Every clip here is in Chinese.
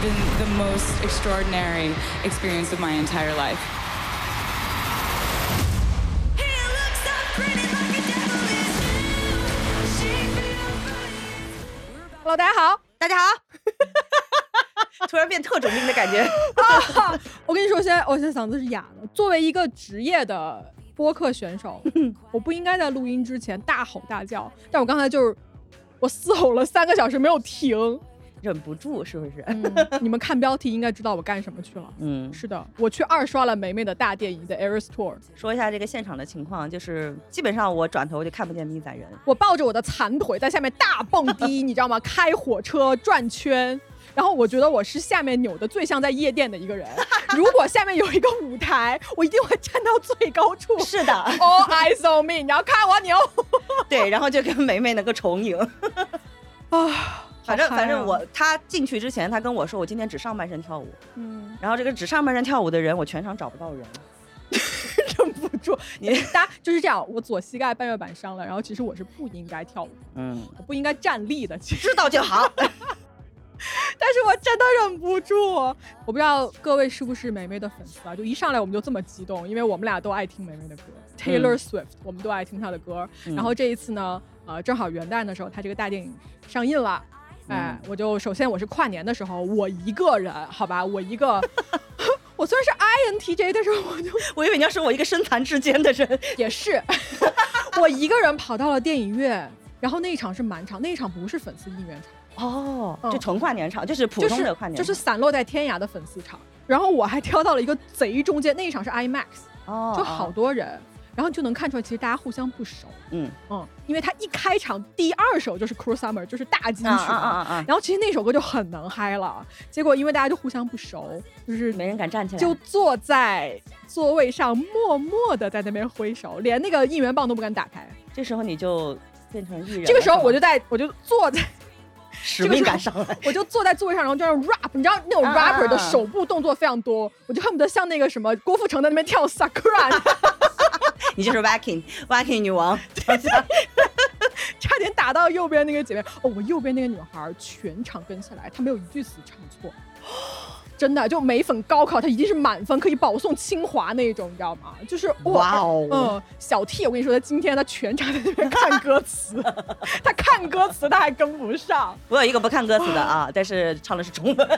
been the most extraordinary experience of my entire life. Hello，大家好。大家好， 突然变特种兵的感觉。 我跟你说，现在我现在嗓子是哑的。作为一个职业的播客 选手，我不应该在录音之前大吼大叫，但我刚才就是我嘶吼了三个小时没有停。忍不住是不是？ 你们看标题应该知道我干什么去了。嗯，是的，我去二刷了梅梅的大电影《The Eras Tour》，说一下这个现场的情况，就是基本上我转头就看不见咪 仔人，我抱着我的残腿在下面大蹦迪， 你知道吗？开火车转圈。然后我觉得我是下面扭的最像在夜店的一个人。如果下面有一个舞台，我一定会站到最高处。是的 All eyes on me，你要看我牛 对，然后就跟梅梅那个重影。 啊！反正好嗨反啊正我他进去之前，他跟我说我今天只上半身跳舞， 嗯，然后这个只上半身跳舞的人，我全场找不到人。忍不住，你大家就是这样。我左膝盖半月板伤了，然后其实我是不应该跳舞的， 嗯，我不应该站立的，其实，知道就好。 但是我真的忍不住。我不知道各位是不是梅梅的粉丝啊？就一上来我们就这么激动，因为我们俩都爱听梅梅的歌，Taylor Swift，、我们都爱听她的歌。然后这一次呢，呃，正好元旦的时候，她这个大电影上映了。哎，我就首先我是跨年的时候，我一个人，好吧，我一个，我虽然是 INTJ，但是我就我以为你要说我一个身残志坚 的人，也是，我一个人跑到了电影院，然后那一场是满场，那一场不是粉丝应援场，哦嗯就纯跨年场，就是普就通是的跨年就场，是散落在天涯的粉丝场。然后我还挑到了一个贼中间，那一场是 IMAX，哦，就好哦，多人，然后你就能看出来，其实大家互相不熟，嗯，嗯，因为他一开场第二首就是《Cruel Summer》，就是大金曲啊啊啊啊啊，然后其实那首歌就很能嗨了，结果因为大家就互相不熟，就是没人敢站起来，就坐在座位上默默的在那边挥手，连那个应援棒都不敢打开。这时候你就变成艺人了。这个时候是吗我就在我就坐在使命命感感上来，我就坐在座位上，然后就在那 rap，你知道那种啊啊啊 rapper 的手部动作非常多，我就恨不得像那个什么郭富城在那边 跳 Sakura， 你就是 Viking Viking 女王，差点打到右边那个姐妹。哦，我右边那个女孩全场跟下来，她没有一句词唱错，真的就美粉高考她一定是满分，可以保送清华那一种，你知道吗？就是哇哦。哦，嗯，小 T，我跟你说，他今天他全场在那边看歌 词，他看歌词他还跟不上，我有一个不看歌词的啊，但是唱的是中文，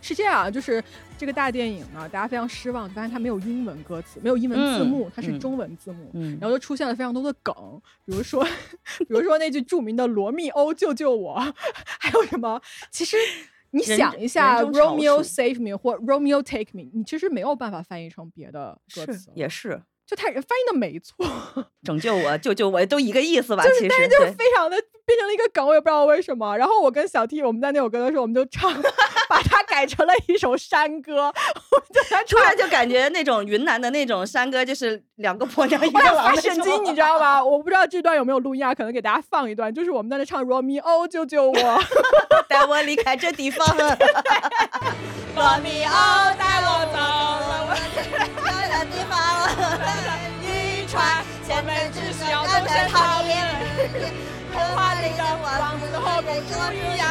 是这样，啊就是这个大电影呢，大家非常失望，发现它没有英文歌词，没有英文字幕，嗯它是嗯中文字幕。 嗯然后就出现了非常多的梗，比如说，比如说那句著名的“罗密欧救救我”，还有什么？其实你人想一下人中少，“Romeo 数 save me” 或 “Romeo take me”，你其实没有办法翻译成别的歌词，也是就它翻译的没错，拯救我救救我都一个意思吧，就其是实但是就是对非常的变成了一个梗，我也不知道为什么。然后我跟小 T 我们在那首歌的时候，我们就唱， 把它改成了一首山歌，我们就在突然就感觉那种云南的那种山歌，就是两个婆 娘一个我俩郎发那种，神经，你知道吗？我不知道这段有没有录音啊，可能给大家放一段，就是我们在那唱《Romeo 救救我》，带我离开这地方， 罗密欧带我走了我的地方，渔船前面只是遥刚才讨厌， 童话里的王子 后面终于呀，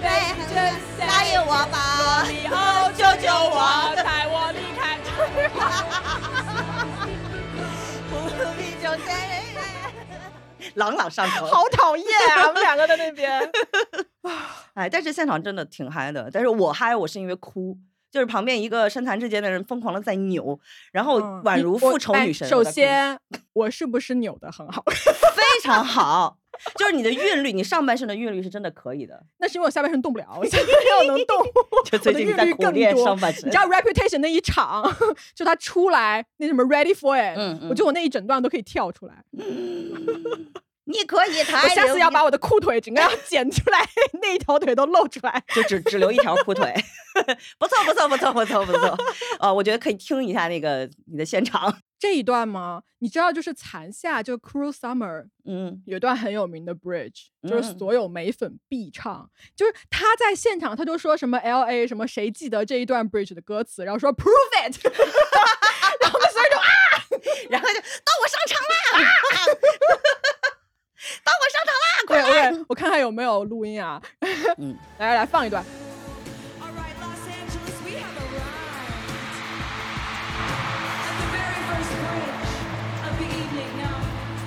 对，答应我吧，以后救救我，带我离开。 朗朗上口， 好讨厌啊！我们两个在那边，哎，但是现场真的挺嗨的，但是我嗨，我是因为哭，就是旁边一个身残志坚的人疯狂的在扭，然后宛如复仇女神，嗯哎首我在哭先，我是不是扭的很好？ 非常好，就是你的韵律，你上半身的韵律是真的可以的。那是因为我下半身动不了，我现在要能 动，就最近我你的韵在律苦更练多上。半身你知，道 Reputation 那一场， 就他出来那什么 Ready for It，、嗯嗯我觉得我那一整段都可以跳出来。你可以抬我下次要把我我的裤腿整个要剪出来， 那一条腿都露出来。 就只只留一条裤腿， 不错不错不错不错不 错，呃，我觉得可以听一下那个你的现场，这一段吗？你知道，就是残夏，就 Cruel Summer 嗯，有一段很有名的 Bridge，就是嗯所有美粉必唱。就是他在现场，他就说什么 L A 什么，谁记得这一段 Bridge 的歌词？然后说 Prove it，然后所有人就啊，然后就到我上场啦，啊到我上场啦，快对对，我看看有没有录音啊。嗯 来来来，放一段。 All right, Los Angeles, we have arrived at the very first bridge of the evening. Now,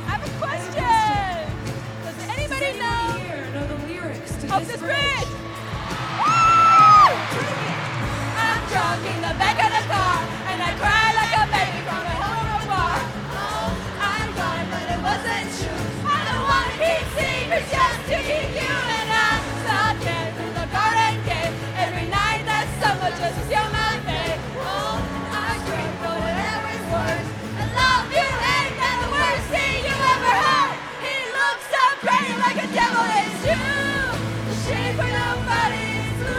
I have a question. Does anybody know, here know the lyrics to this, bridge? Bring it. I'm drunk in the back of the car, and I cry like a baby from a hell of a bar. Oh, I lied, but it wasn't true. I don't wanna keep secrets just to keep you and I stuck in through the garden gate. Every night that summer just was your my babe. Oh, I scream for whatever's worse. I love you, ain't that the worst thing you ever heard? He looks so pretty like a devil is you. The shape where nobody's blue.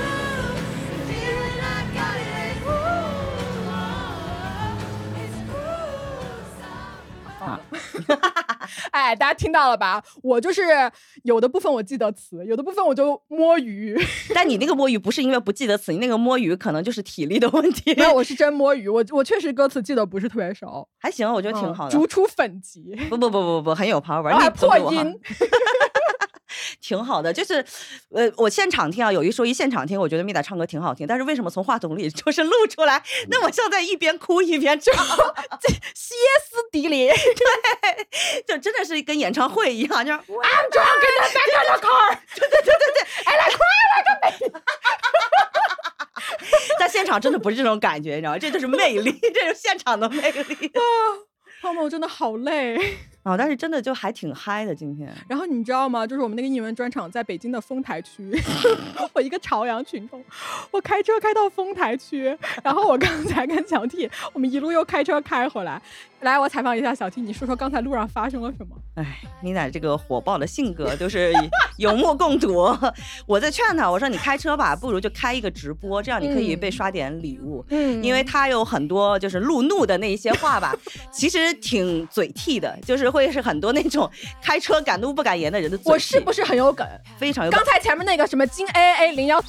The feeling I got it is ooh, it's gruesome. 哎，大家听到了吧？我就是有的部分我记得词，有的部分我就摸鱼。但你那个摸鱼不是因为不记得词，你那个摸鱼可能就是体力的问题。没有，我是真摸鱼。我我确实歌词记得不是特别熟，嗯还行，我觉得挺好的。逐出粉籍，不不不不不，很有 power，然后还你总比我啊破好音，挺好的。就是，呃，我现场听啊，有一说一，现场听，我觉得米达唱歌挺好听，但是为什么从话筒里 就是录出来，那嗯么像在一边哭一边唱， 歇斯底里。就真的是跟演唱会一样，就是 I'm drunk in the back of the car。哎啊在现场真的不是这种感觉，你知道吗？这就是魅力，这就是现场的魅 力朋友们，我真的好累。 啊、但是真的就还挺嗨的，今天然后你知道吗？就是我们那个英文专场在北京的丰台区， 我一个朝阳群众，我开车开到丰台区，然后我刚才跟小 T，我们一路又开车开回来。来，我采访一下小 T，你说说刚才路上发生了什么？哎，米娜这个火爆的性格就是有目共睹。 我在劝她，我说你开车吧，不如就开一个直播，这样你可以被嗯刷点礼物。嗯因为她有很多就是路怒的那一些话 吧，其实挺嘴替的，就是会是很多那种开车敢怒不敢言的人的嘴替。我是不是很有梗？非常有刚才前面那个什么金 A A 零幺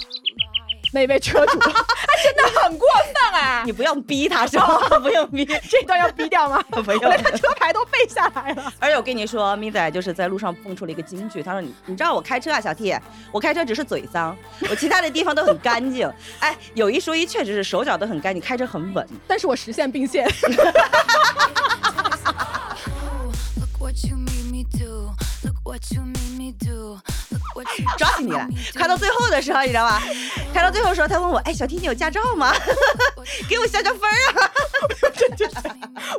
那位车主， 他真的很过分哎！你不要逼他是吧？ 不用逼，这段要逼掉吗？ 不我用连。他车牌都背下来了。而且我跟你说，咪仔就是在路上蹦出了一个金句，他说你你知道我开车啊，小 T，我开车只是嘴脏，我其他的地方都很干净。 哎，有一说一，确实是手脚都很干净，开车很稳。但是我实现并线， Oh, look what you made me do. Look what you made me do. Look what you 抓起你 made 了 me！开到 do. 最后的时候，你知道吧？开到最后的时候，他问我，哎，小 T，你有驾照吗？ 给我消消分儿啊！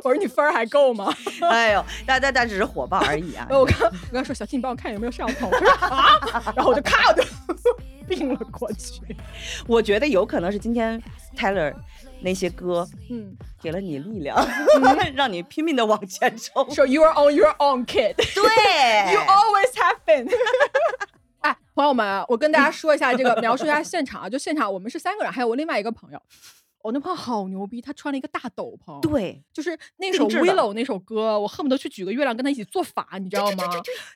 我说你分儿还够吗？ 哎呦，但但但只是火爆而已啊然！后我刚我刚说小静，你帮我看有没有摄像头。他说啊， 然后我就咔我就并了过去。我觉得有可能是今天 Taylor 那些歌嗯，给了你力量， 让你拼命的往前冲。说嗯 You are on your own, kid. 对 You always have been. 哎，朋友们啊，我跟大家说一下这个，描述一下现场啊。就现场我们是三个人，还有我另外一个朋友。我那朋友好牛逼，他穿了一个大斗 篷。，对。就是那首定制的 Willow 那首歌，我恨不得去举个月亮跟他一起做法，你知道吗？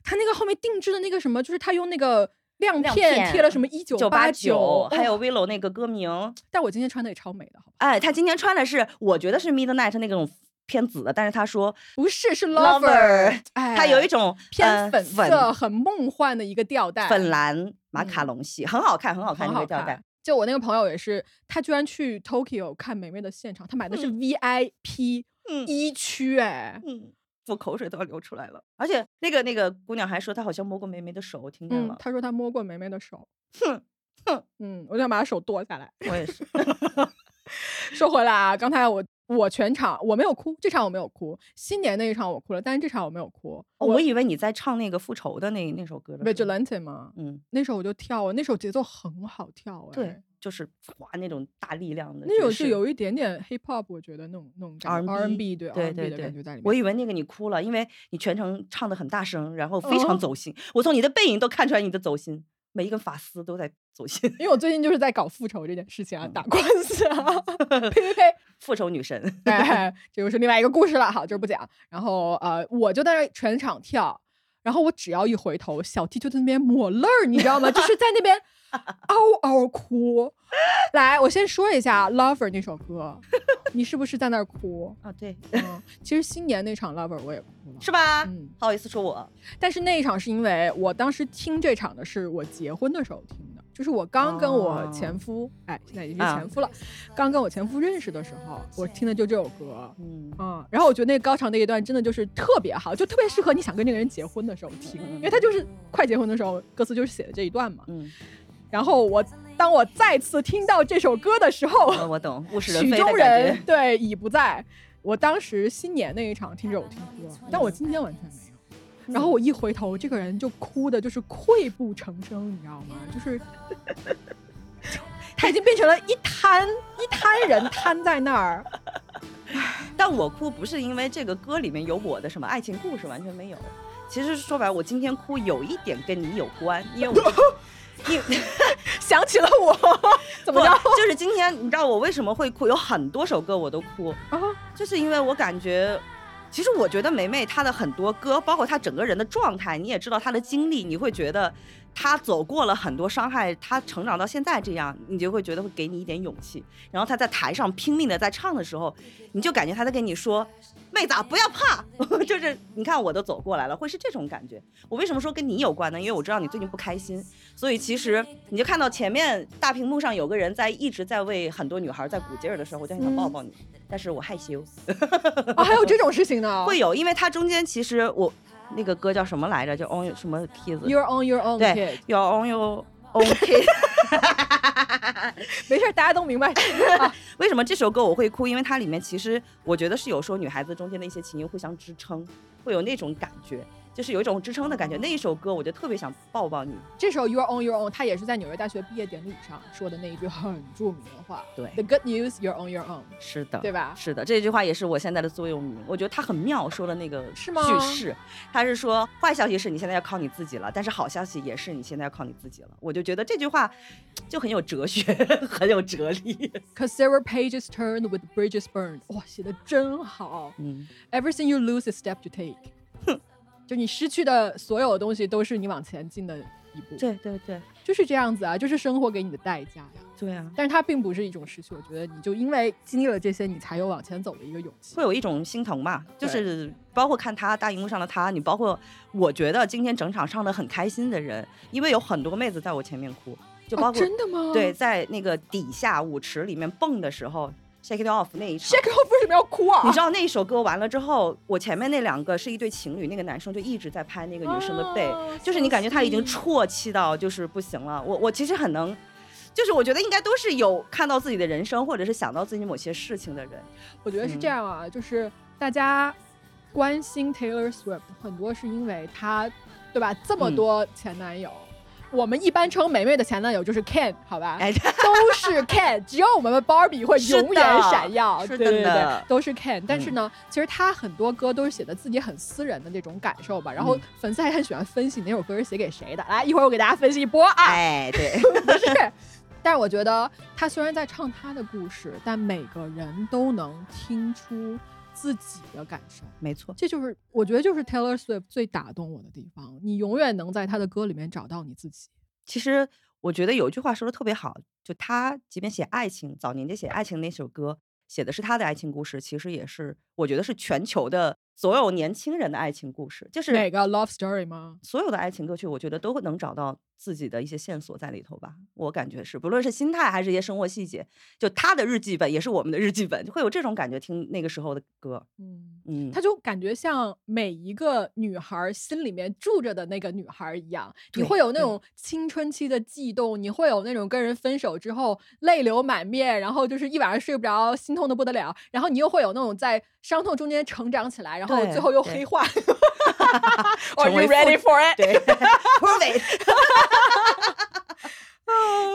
他那个后面定制的那个什么，就是他用那个亮亮片片贴了什么一九八哦八九，还有，有 Willow 那个歌名，但我今天穿的也超美的，好吧？哎，他今天穿的是我觉得是 Midnight 那种偏紫的，但是他说不是，是 Lover， lover，哎，他有一种偏呃粉粉色、很梦幻的一个吊带，粉蓝马卡龙系，很好看，很好看很那好个吊带看。。就我那个朋友也是，他居然去 Tokyo 看梅梅的现场，他买的是 VIP 嗯一区，哎，嗯，我口水都要流出来了。而且那个那个姑娘还说她好像摸过梅梅的手，听见嗯，了。他说他摸过梅梅的手，哼哼，嗯，我就想把他手剁下来。我也 是，说回来啊，刚才我我全场我没有哭，这场我没有哭，新年那一场我哭了，但是这场我没有哭。哦我以为你在唱那个复仇的那那首歌的时候。 Vigilante 嘛，嗯，那首我就跳啊，那首节奏很好跳、哎，对，，就是哇那种大力量的爵士，那首就有一点点 hip hop，我觉得那种那种感觉 R&B 对 R&B 对啊的感觉在里面。我以为那个你哭了，因为你全程唱的很大声，然后非常哦走心。我从你的背影都看出来你的走心，每一根发丝都在走心。 因为我最近就是在搞复仇这件事嗯情啊，打官司啊，呸呸呸！复仇女嗯神， 哎，这又是另外一个故事了，好，这儿不讲。然后呃，我就在那儿全场跳，然后我只要一回头，小 T 就在那边抹泪儿，你知道吗？就是在那边 嗷嗷哭。来，我先说一下《Lover》那首歌，你是不是在那儿哭？啊，对，嗯，其实新年那场 Lover 我也哭了，是吧？嗯，好意思说我但是那一场是因为我当时听这场的是我结婚的时候听的，就是我刚跟我哦前夫，哎，现在已经是啊前夫了，刚跟我前夫认识的时候，我听的就这首歌。嗯，嗯，然后我觉得那个高潮那一段真的就是特别好，就特别适合你想跟这个人结婚的时候听，因为他就是快结婚的时候，歌词就是写的这一段嘛。嗯，然后我当我再次听到这首歌的时候，我我懂，物是人曲非的中感人觉。对已不在。我当时新年那一场听着我听歌，但我今天完全没有。然后我一回头，这个人就哭的，就是溃不成声，你知道吗？就是 他已经变成了一滩一滩人瘫在 那儿。但我哭不是因为这个歌里面有我的什么爱情故事，完全没有。其实说白了，我今天哭有一点跟你有关，因为 我因想起了我，怎么着？不就是今天，你知道我为什么会哭？有很多首歌我都哭，啊就是因为我感觉，其实我觉得梅梅她的很多歌，包括她整个人的状态，你也知道她的经历，你会觉得她走过了很多伤害，她成长到现在这样，你就会觉得会给你一点勇气。然后她在台上拼命的在唱的时候，你就感觉她在跟你说。妹子啊，不要怕， 就是你看我都走过来了，会是这种感觉。我为什么说跟你有关呢？因为我知道你最近不开心，所以其实你就看到前面大屏幕上有个人在一直在为很多女孩在鼓劲儿的时候，我就很想抱抱你，但是我害羞。啊，还有这种事情呢会有，因为它中间其实我那个歌叫什么来着？叫 On 什么 Kids？ ？You're on your own，对 kid， ，Your On Your Own Kids。没事儿，大家都明白。 啊为什么这首歌我会哭？因为它里面其实我觉得是有时候女孩子中间的一些情谊互相支撑，会有那种感觉，就是有一种支撑的感觉。那一首歌我就特别想抱抱你。这时候 You're on your own，他也是在纽约大学毕业典礼上说的那一句很著名的话对：“The good news, you're on your own。”是的，对吧是的，这句话也是我现在的座右铭。我觉得他很妙，说的那个是吗句式，他是说坏消息是你现在要靠你自己了，但是好消息也是你现在要靠你自己了。我就觉得这句话就很有哲学， 很有哲理。 Cause there were pages turned with bridges burned。哇，写的真好。嗯 Everything you lose is step to take。就你失去的所有东西，都是你往前进的一步。，对对对就是这样子啊，就是生活给你的代价呀。对啊，但是它并不是一种失去，我觉得你就因为经历了这些，你才有往前走的一个勇气会。有一种心疼嘛，就对是包括看他大荧幕上的他，你包括我觉得今天整场上的很开心的人，因为有很多妹子在我前面哭，就包哦，括、真的吗？对在那个底下舞池里面蹦的时候，Shake It Off 那一场。 ，Shake Off 为什么要哭啊？你知道那首歌完了之后，我前面那两个是一对情侣，那个男生就一直在拍那个女生的背，哦就是你感觉他已经 so 啜泣到就是不行了。我我其实很能，就是我觉得应该都是有看到自己的人生，或者是想到自己某些事情的人。我觉得是嗯这样啊，就是大家关心 Taylor Swift 很多是因为她，对吧？这么嗯多前男友，我们一般称梅梅的前男友就是 Ken，好吧？ 哎，都是 Ken，只有我们的 Barbie 会是的永远闪耀，是的对对呢嗯对，都是 Ken。但是呢，其实他很多歌都是写的自己很私人的那种感受吧，然后嗯粉丝还很喜欢分析哪首歌是写给谁的。来，一会儿我给大家分析一波啊。哎，对，不是。但是我觉得他虽然在唱他的故事，但每个人都能听出自己的感受。没错，这就是我觉得就是 Taylor Swift 最打动我的地方，你永远能在他的歌里面找到你自己。其实我觉得有一句话说的特别好，就他即便写爱情，早年间写爱情那首歌，写的是他的爱情故事，其实也是我觉得是全球的所有年轻人的爱情故事，就是哪个 Love Story 吗？所有的爱情歌曲，我觉得都会能找到自己的一些线索在里头吧。我感觉是，不论是心态还是一些生活细节，就他的日记本也是我们的日记本，就会有这种感觉。听那个时候的歌，嗯，嗯，他就感觉像每一个女孩心里面住着的那个女孩一样，你对嗯会有那对种青春期的悸动，你会有那种跟人分手之后泪流满面，然后就是一晚上睡不着，心痛的不得了，然后你又会有那种在伤痛中间成长起来，然后对最后又对黑化。 成 Are you 为 ready 父 for it？对，perfect。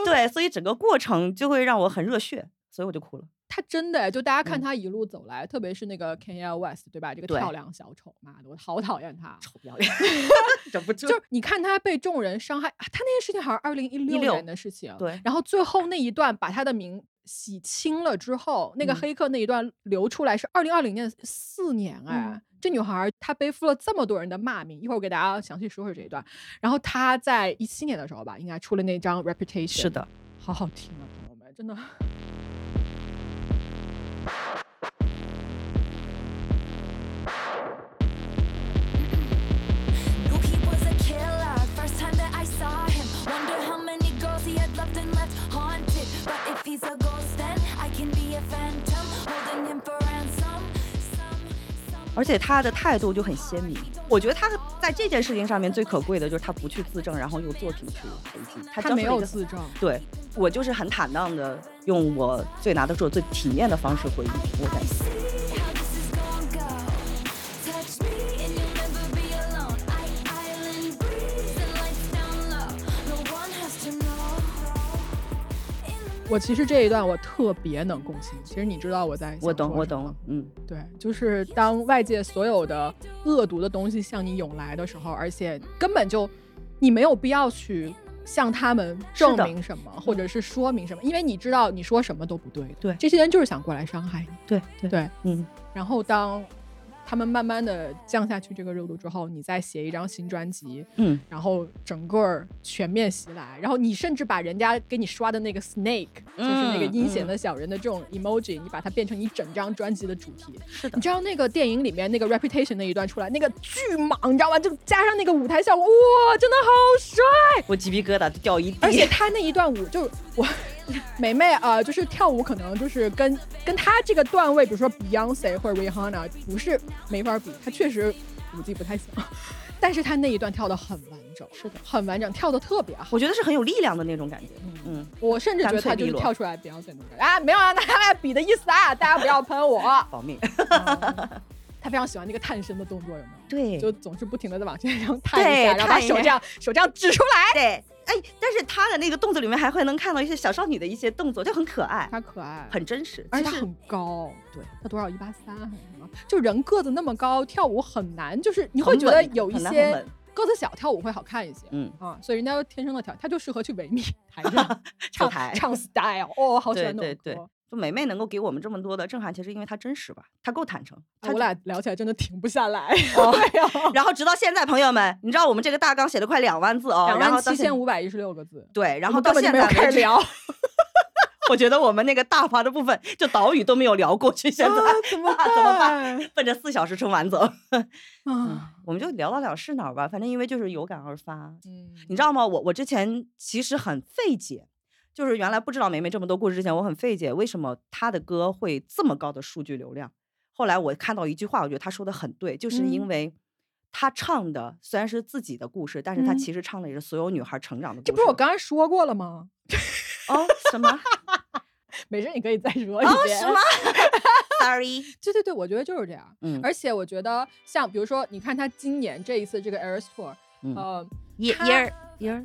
对，所以整个过程就会让我很热血，所以我就哭了。他真的就大家看嗯他一路走来，特别是那个 Kanye West 对吧？这个对跳梁小丑，妈的，我好讨厌他。臭 不要脸， 忍不住就是你看他被众人伤害，啊他那件事情好像二零一六16年的事情，对然后最后那一段把他的名洗清了之后，那个嗯黑客那一段流出来是二零二零年四年哎，嗯这女孩儿她背负了这么多人的骂名，一会儿我给大家详细说说这一段。然后她在一七年的时候吧，应该出了那张 Reputation，是，的，好好听啊，朋友们，真的。 Knew he was a killer. First time that I saw him, wonder how many girls he had loved and left haunted. But if he's a ghost, then I can be a phantom, holding him for ransom. Some, some. 而且他的态度就很鲜明。我觉得他在这件事情上面最可贵的就是他不去自证，然后用作品去回击。他她交没出了一有个自证，对我就是很坦荡的，用我最拿得住、最体面的方式回应我感觉。 See how this is gonna go. Touch me and you'll never be alone. I island breeze and lights down low. No one has to know. In the 我其实这一段我特别能共情。其实你知道我在我想懂，说我什么懂，嗯，对，就是当外界所有的恶毒的东西向你涌来的时候，而且根本就你没有必要去向他们证是的嗯明什么，或者是说明什么，因为你知道你说什么都不对的。对这些人就是想过来伤害你。对对对，嗯，然后当他们慢慢的降下去这个热度之后，你再写一张新专辑，嗯，然后整个儿全面袭来，然后你甚至把人家给你刷的那个 snake，、就是嗯那个阴险的小人的这种 emoji，你把它变成你整张专辑的主题。是的你，知道那个电影里面那个 reputation 那一段出来，那个巨猛，你知道吗？就加上那个舞台效果，哇，真的好帅！我鸡皮疙瘩都掉一地。 而且他那一段舞，就是我 梅梅啊、呃就是跳舞可能就是跟跟他这个段位，比如说 Beyonce 或者 Rihanna 不是没法比，他确实舞技不太行， 但是他那一段跳的很完整，是的，很完整，跳的特别好。我觉得是很有力量的那种感觉。嗯，我甚至觉得他就干是脆利落跳出来 Beyonce 那种感觉啊，没有啊，那他俩比的意思啊，大家不要喷我。 保 命。嗯他非常喜欢那个探身的动作，有没有？对就总是不停的在往身上探一对下，然后把探一手下这样手这样指出来，对，哎，但是他的那个动作里面还会能看到一些小少女的一些动作，就很可爱，他可爱，很真实。嗯而且其他实很高，对他多少一八三还是什么？就人个子那么高，跳舞很难，就是你会很觉得稳有一很难很些稳个子小跳舞会好看一些，嗯啊，所以人家就天生的跳，他就适合去 维密台上跳唱台 唱 style，哦，好喜对欢那对种对歌。，就梅梅能够给我们这么多的震撼，其实因为她真实吧，她够坦诚。啊我俩聊起来真的停不下来，哦 啊 哦然后直到现在，朋友们，你知道我们这个大纲写了快两万字哦，两然万后到七现千五百一十六个字，对，然我后们根到本就现没有在开为始止，聊， 啊，我觉得我们那个大华的部分，就岛屿都没有聊过去，现在、 怎么啊怎么办办？ 嗯奔着四小时冲完走， 啊？我们就聊到了是哪儿吧，反正因为就是有感而发，嗯，你知道吗？我我之前其实很费解，就是原来不知道梅梅这么多故事之前，我很费解为什么她的歌会这么高的数据流量。后来我看到一句话，我觉得她说的很对，就是嗯因为她唱的虽然是自己的故事，但是她嗯其实唱的也是所有女孩成长的故事。这不是我刚才说过了吗？哦什 么没事，你可以再 说一遍。哦什么 ？Sorry，对对对，我觉得就是这样。嗯而且我觉得像比如说，你看他今年这一次这个 Air Tour，嗯呃， ，year 她 year year，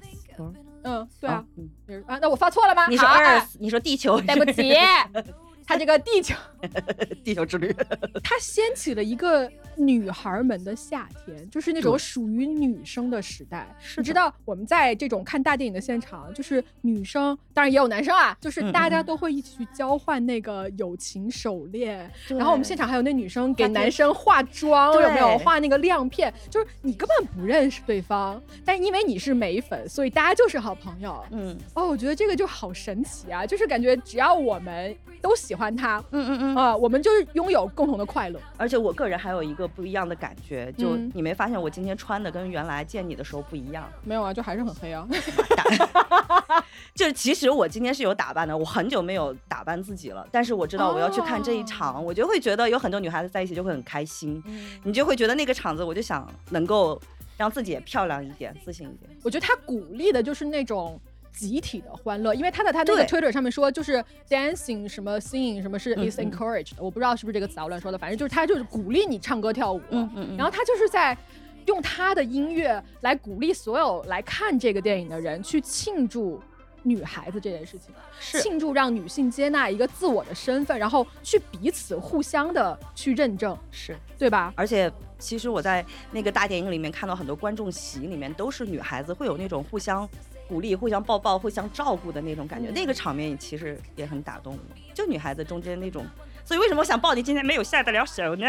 嗯，对啊，嗯 Earth- 啊，那我发错了吗？你说好哎 Earth，你说地球，对不起，他这个地球，地球之旅，他掀起了一个女孩们的夏天，就是那种对属于女生的时代。是你知的道，我们在这种看大电影的现场，就是女生，当然也有男生啊，就是嗯大家嗯都会一起去交换那个友情手链，然后我们现场还有那女生给她就男生化妆，有没有对画那个亮片？就是你根本不认识对方，但因为你是美粉，所以大家就是好朋友。嗯哦，我觉得这个就好神奇啊！就是感觉只要我们都喜欢他，嗯嗯嗯。啊、我们就是拥有共同的快乐。而且我个人还有一个不一样的感觉，就嗯你没发现我今天穿的跟原来见你的时候不一样？没有啊，就还是很黑啊。 就是其实我今天是有打扮的，我很久没有打扮自己了，但是我知道我要去看这一场，我就会觉得有很多女孩子在一起就会很开心，你就会觉得那个场子，我就想能够让自己也漂亮一点，自信一点。我觉得他鼓励的就是那种。集体的欢乐，因为他在他那对个 Twitter 上面说，就是 dancing 什么 singing 什么是嗯 is 嗯 encouraged，、我不知道是不是这个词啊，我乱说的，反正就是他就是鼓励你唱歌跳舞，啊嗯嗯嗯然后他就是在用他的音乐来鼓励所有来看这个电影的人去庆祝女孩子这件事情，是庆祝让女性接纳一个自我的身份，然后去彼此互相的去认证，是，对吧？而且其实我在那个大电影里面看到很多观众席里面都是女孩子会有那种互相鼓励、互相抱抱、互相照顾的那种感嗯觉，那个场面其实也很打动我。就女孩子中间那种，所以为什么我想抱你，今天没有下得了手呢？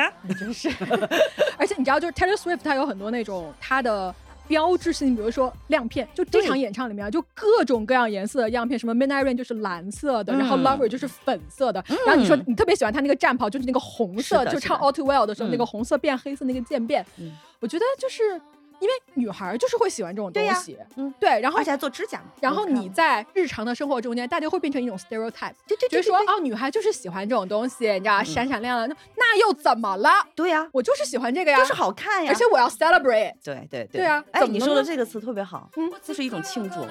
而且你知道，就是 Taylor Swift 她有很多那种她的标志性，比如说亮片，就这场演唱里面啊，就各种各样颜色的样片，什么 Midnight Rain 就是蓝色的，然后嗯 Lover 就是粉色的，然后你说你特别喜欢她那个战袍，就是那个红色，是的就是唱的 All Too Well 的时候、嗯那个红色变黑色那个渐变，嗯我觉得就是因为女孩儿就是会喜欢这种对东呀西，嗯对，然后而且还做指甲嘛。然后我看你在日常的生活中间，大家会变成一种 stereotype，对对就对是说对对嗯哦，女孩就是喜欢这种东西，你知道，闪闪亮亮的，那又怎么了？对呀、我就是喜欢这个呀，就是好看呀。而且我要 celebrate。对对对对啊哎，怎么你了说的呢这个词特别好，嗯这是一种庆祝。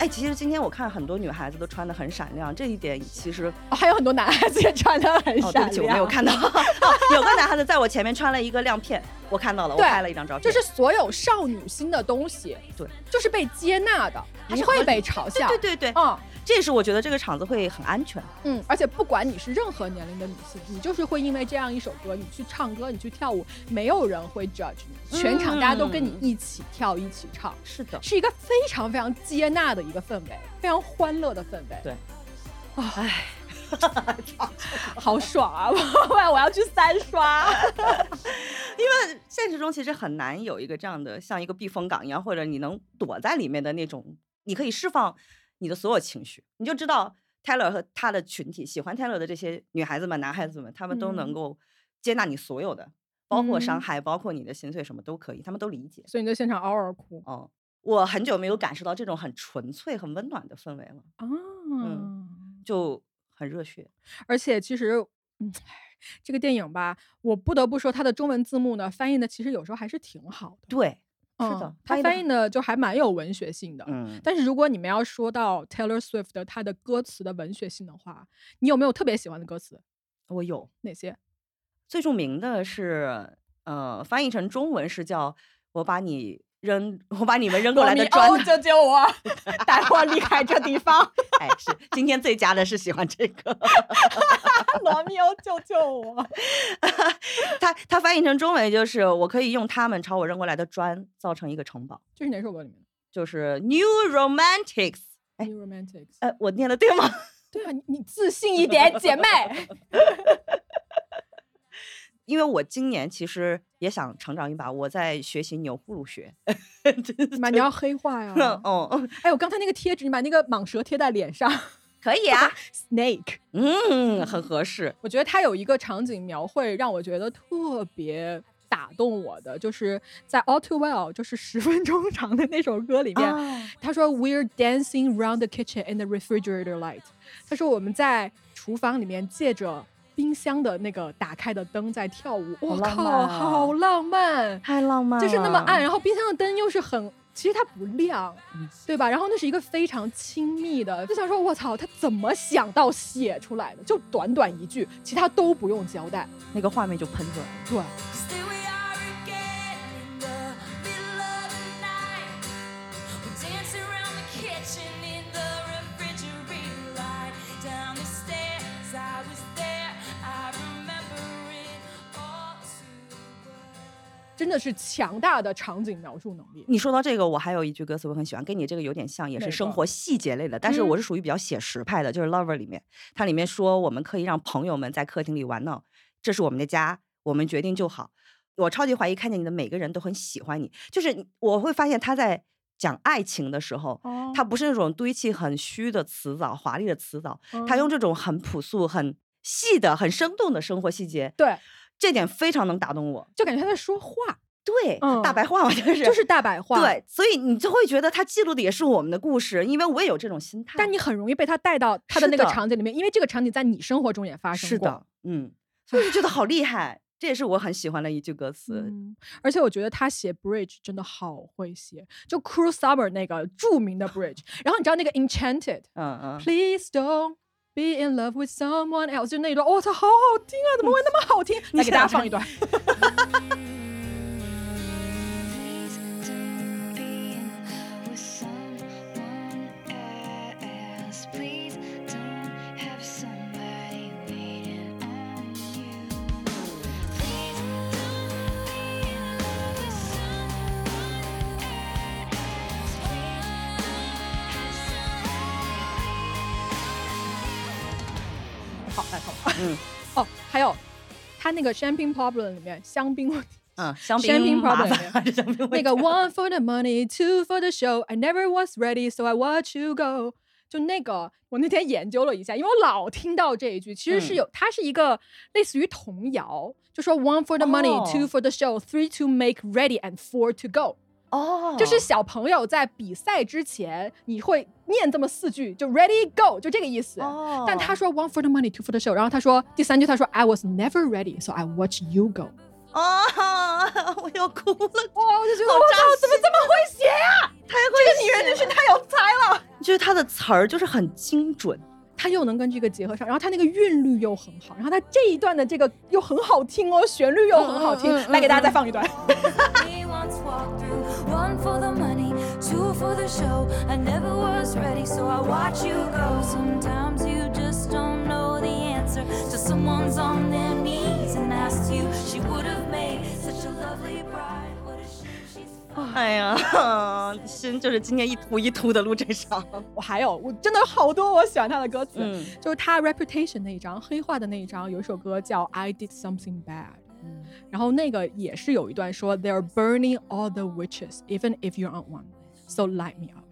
哎，其实今天我看很多女孩子都穿的很闪亮，这一点其实哦还有很多男孩子也穿的很哦，对闪不起，我没亮，有看到， 哦有个男孩子在我前面穿了一个亮片，我看到了，我对拍了一张照片，就是所有少女心的东西，对，就是被接纳的，它不是合会理被嘲笑。对对对，嗯这也是我觉得这个场子会很安全。嗯，而且不管你是任何年龄的女性，你就是会因为这样一首歌，你去唱歌，你去跳舞，没有人会 judge 你，全场大家都跟你一起跳，一起唱，是的，是一个非常非常接纳的一个氛围，非常欢乐的氛围。对，啊，唉， 好爽啊！不然我要 去三刷。因为现实中其实很难有一个这样的像一个避风港一样，或者你能躲在里面的那种，你可以释放你的所有情绪，你就知道 Taylor 和他的群体喜欢 Taylor 的这些女孩子们、男孩子们，他们都能嗯够接纳你所有的，包括伤嗯害，包括你的心碎，什么都可以，他们都理解。所以你在现场嗷嗷哭哦，我很久没有感受到这种很纯粹、很温暖的氛围了，啊！嗯就很热血。而且其实，嗯，唉这个电影吧，我不得不说它的中文字幕呢翻译的其实有时候还是挺好的。对，是嗯的翻它译得翻很译的就还蛮有文学性的。嗯，但是如果你们要说到 Taylor Swift 的她的歌词的文学性的话，你有没有特别喜欢的歌词？我有哪些？最著名的是，呃，翻译成中文是叫“我把你扔，我把你们扔过来的砖哦，救救我！带我离开这地方！”。哎，是今天最佳的是喜欢这个，罗密欧，救救我！它它翻译成中文就是“我可以用它们朝我扔过来的砖造成一个城堡这是哪首歌里面的”，就是 “New Romantics”。哎？New Romantics。呃，我念的对吗？ 对啊，你你自信一点，姐妹。因为我今年其实也想成长一把，我在学习钮祜禄学。妈，你要黑 化呀！哦，哎，我刚才那个贴纸，你把那个蟒蛇贴在脸上可以 啊， ，snake。嗯，很合适。我觉得它有一个场景描绘让我觉得特别打动我的，就是在《All Too Well》就是十分钟长的那首歌里面，啊他说 We're dancing round the kitchen in the refrigerator light。他说我们在厨房里面借着。冰箱的那个打开的灯在跳舞，我、好浪漫靠，啊好浪漫！太浪漫就是那么暗，了。然后冰箱的灯又是很，其实它不亮，嗯对吧？然后那是一个非常亲密的，就想说，我操，他怎么想到写出来的？就短短一句，其他都不用交代。那个画面就喷出来了。对， Still we are again in the middle of the night. We dance around the kitchen in the refrigerator light. Down the stairs, I was there. I remember it all too well. 真的是强大的场景描述能力。你说到这个，我还有一句歌词我很喜欢，跟你这个有点像，也哪是个嗯生活细节类的，但是我是属于比较写实派的，就是《Lover》里面，它里面说我们可以让朋友们在客厅里玩闹，这是我们的家，我们决定就好。我超级怀疑看见你的每个人都很喜欢你，就是你我会发现他在讲爱情的时候，哦他不是那种堆砌很虚的词藻、华丽的词藻，他嗯用这种很朴素、很细的、很生动的生活细节，对，这点非常能打动我。就感觉他在说话，对，大嗯白话嘛，就是就是大白话。，对，所以你就会觉得它记录的也是我们的故事，因为我也有这种心态。但你很容易被他带到他的是那个的场景里面，因为这个场景在你生活中也发生是过。的，嗯，所以就觉得好厉害，这也是我很喜欢的一句歌词。嗯，而且我觉得他写 bridge 真的好会写，就 Cruel Summer 那个著名的 bridge，然后你知道那个 Enchanted，嗯嗯， Please don't be in love with someone else，就那一段，我、操，好好听啊，怎么会那么 好听？你来给大家想放一段。 Please don't be in love with someone else. Please don't have somebody waiting on you. Please don't be in 嗯 哦，还有他那个 champagne problem 里面香 槟问题。嗯，香香槟槟麻 problem 烦，香槟问那个题 one for the money, two for the show. I never was ready, so I watch you go. 就那个，我那天研究了一下，因为我老听到这一句，其实是嗯有，它是一个类似于童谣，就说 one for the money, 哦 two for the show, three to make ready, and four to go。哦，就是小朋友在比赛之前，你会念这么四句，就 ready go，就这个意思。哦，但他说 one for the money, two for the show，然后他说第三句他说 I was never ready, so I watch you go。哦， 我要哭了。哇，我就觉得我操，怎么这么会写啊呀、太会这个女人真是太有才了。 就是他的词儿就是很精准，它又能跟这个结合上，然后它那个韵律又很好，然后它这一段的这个又很好听哦，旋律又很好听，来给大家再放一段。 We once walked through one for the money, two for the show. I never was ready, so I watch you go. Sometimes you just don't know the answer till someone's on their knees and asks you. She would have made such a lovely bride. What a shame she's. 哎呀， 心就是今天一突一突的录这场。我还有，我真的有好多我喜欢他的歌词，嗯就是他 Reputation 那一张黑化的那一张，有一首歌叫 I Did Something Bad。然嗯后那个也是有一段说，They're burning all the witches, even if you aren't one, so light me up。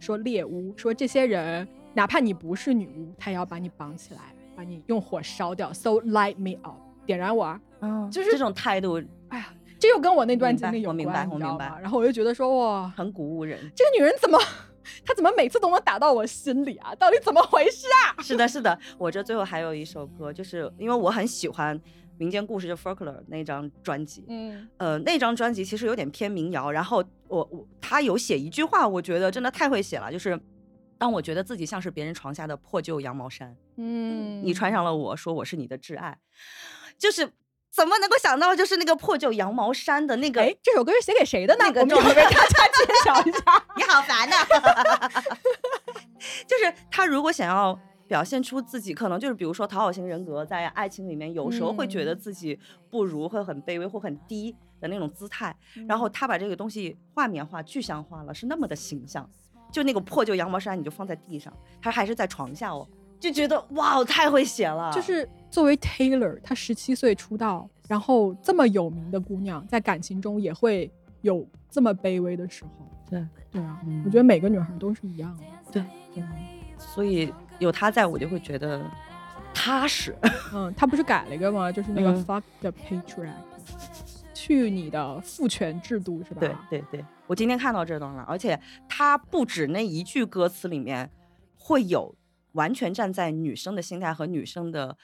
说嗯猎巫，说这些人，哪怕你不是女巫，他也要把你绑起来，把你用火烧掉，so light me up，点燃我啊。嗯，就是这种态度哎呀，这又跟我那段经历有我关，明白你我知道明白吗？然后我就觉得说，哇，很鼓舞人。这个女人怎么， 她怎么每次都能打到我心里啊？到底怎么回事 啊？是的，是的，我这最后还有一首歌，就是因为我很喜欢民间故事，就 folklore 那张专辑。嗯，呃，那张专辑其实有点偏民谣，然后我我他有写一句话，我觉得真的太会写了，就是当我觉得自己像是别人床下的破旧羊毛衫，嗯你穿上了我说我是你的挚爱，就是怎么能够想到就是那个破旧羊毛衫的那个，哎，这首歌是写给谁的呢？那个我们一会儿为大家介绍 一下。你好烦呐、就是他如果想要表现出自己，可能就是比如说讨好型人格，在爱情里面有时候会觉得嗯自己不如，会很卑微或很低的那种姿态。然后他把这个东西画面化、具象化了，是那么的形象。就那个破旧羊毛衫，你就放在地上，他还是在床下哦，就觉得哇，太会写了。就是作为 Taylor，她十七岁出道，然后这么有名的姑娘，在感情中也会有这么卑微的时候。对对啊，嗯我觉得每个女孩都是一样的。对，对所以有他在我就会觉得踏实。嗯，他不是改了一个吗？就是那个嗯 fuck the patriarchy，去你的父权制度是吧？对对对，我今天看到这段了，而且他不止那一句歌词里面会有完全站在女生的心态和女生的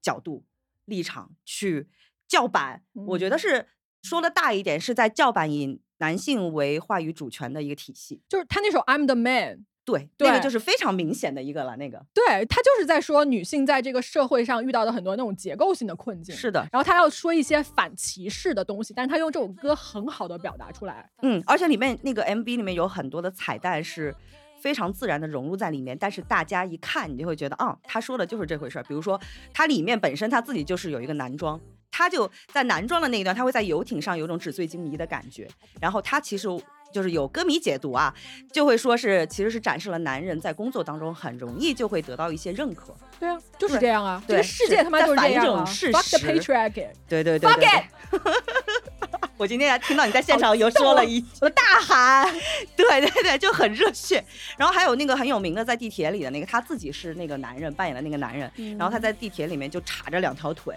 角度立场去叫板，我嗯觉得是说的大一点，是在叫板以男性为话语主权的一个体系。就是他那首 I'm the man，对，那个对就是非常明显的一个了。那个对他就是在说女性在这个社会上遇到的很多那种结构性的困境。是的，然后他要说一些反歧视的东西，但是他用这首歌很好的表达出来。嗯，而且里面那个 MV 里面有很多的彩蛋是非常自然的融入在里面，但是大家一看你就会觉得，啊，他说的就是这回事儿。比如说，他里面本身他自己就是有一个男装。他就在男装的那一段，他会在游艇上有种纸醉金迷的感觉。然后他其实就是有歌迷解读啊，就会说是其实是展示了男人在工作当中很容易就会得到一些认可。对啊，就是对这样啊，这对个世界是他妈在就是这反映样这啊种事，fuck the 实 patriarchy。对对对对 Fuck 对 我今天还听到你在现场有说了一，我大喊，对对对，就很热血。然后还有那个很有名的在地铁里的那个，他自己是那个男人扮演的那个男人，嗯然后他在地铁里面就叉着两条腿，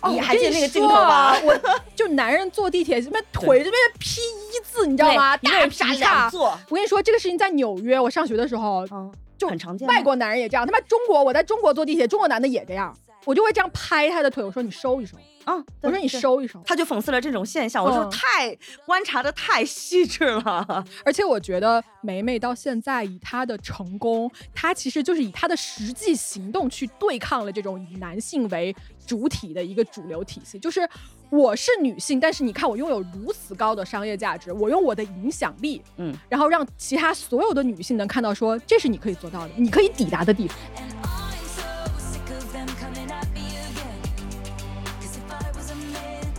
哦你我还跟记你得那个镜说头吧 啊？我就男人坐地铁这边腿这边劈一字，你知道吗？对一啊大个劈傻叉傻。坐，我跟你说，这个事情在纽约，我上学的时候，嗯，就很常见吗。外国男人也这样。他妈中国，我在中国坐地铁，中国男的也这样，我就会这样拍他的腿，我说你收一收，嗯，我说你是。收一收。他就讽刺了这种现象，我说嗯太观察的太细致了， 而且我觉得梅梅到现在以她的成功，她其实就是以她的实际行动去对抗了这种以男性为主体的一个主流体系，就是。我是女性，但是你看我拥有如此高的商业价值，我用我的影响力，嗯，然后让其他所有的女性能看到说，这是你可以做到的，你可以抵达的地方。 And I'm so sick of them coming at me again. Cause if I was a man,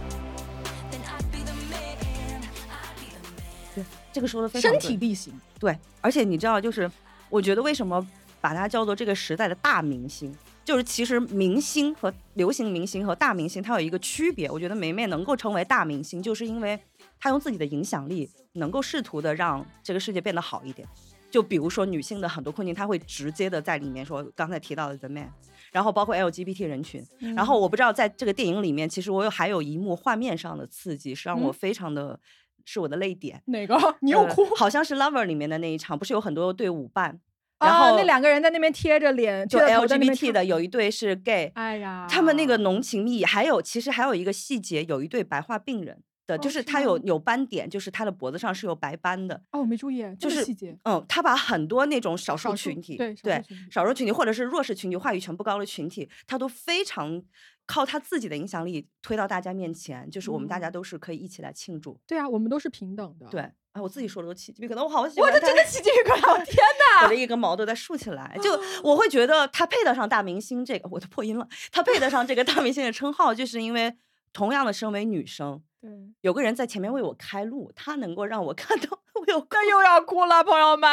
then I'd be the man. I'd be the man. 这个说的非常身对体力行，对，而且你知道，就是我觉得为什么把他叫做这个时代的大明星。就是其实明星和流行明星和大明星，它有一个区别。我觉得梅梅能够成为大明星，就是因为她用自己的影响力，能够试图的让这个世界变得好一点。就比如说女性的很多困境，她会直接的在里面说刚才提到的 the man，然后包括 LGBT 人群，然后我不知道在这个电影里面，其实我有还有一幕画面上的刺激，是让我嗯非常的、是我的泪点。哪个？你又呃哭？好像是 Lover 里面的那一场，不是有很多对舞伴，然啊，后、那两个人在那边贴着脸，就贴着头在那边 LGBT 唱的，有一对是 gay，哎呀，他们那个浓情蜜意，还有其实还有一个细节，有一对白化病人的，就哦是是他有吗有斑点，就是他的脖子上是有白斑的。哦，我没注意，就这么是细节，嗯，他把很多那种少少数数群体，对少对数群体少数群体或者是弱势群体、话语权不高的群体，他都非常靠他自己的影响力推到大家面前，就是我们大家嗯都是可以一起来庆祝。对啊，我们都是平等的，对，，啊，我自己说的都起鸡皮疙瘩，我好喜我欢的他真的起鸡皮疙瘩，我天哪！我的一根毛都在竖起来，哦就我会觉得他配得上大明星这个，我都破音了，他配得上这个大明星的称号，就是因为同样的身为女生， 对，有个人在前面为我开路，他能够让我 看到我有光，又要哭了，朋友们。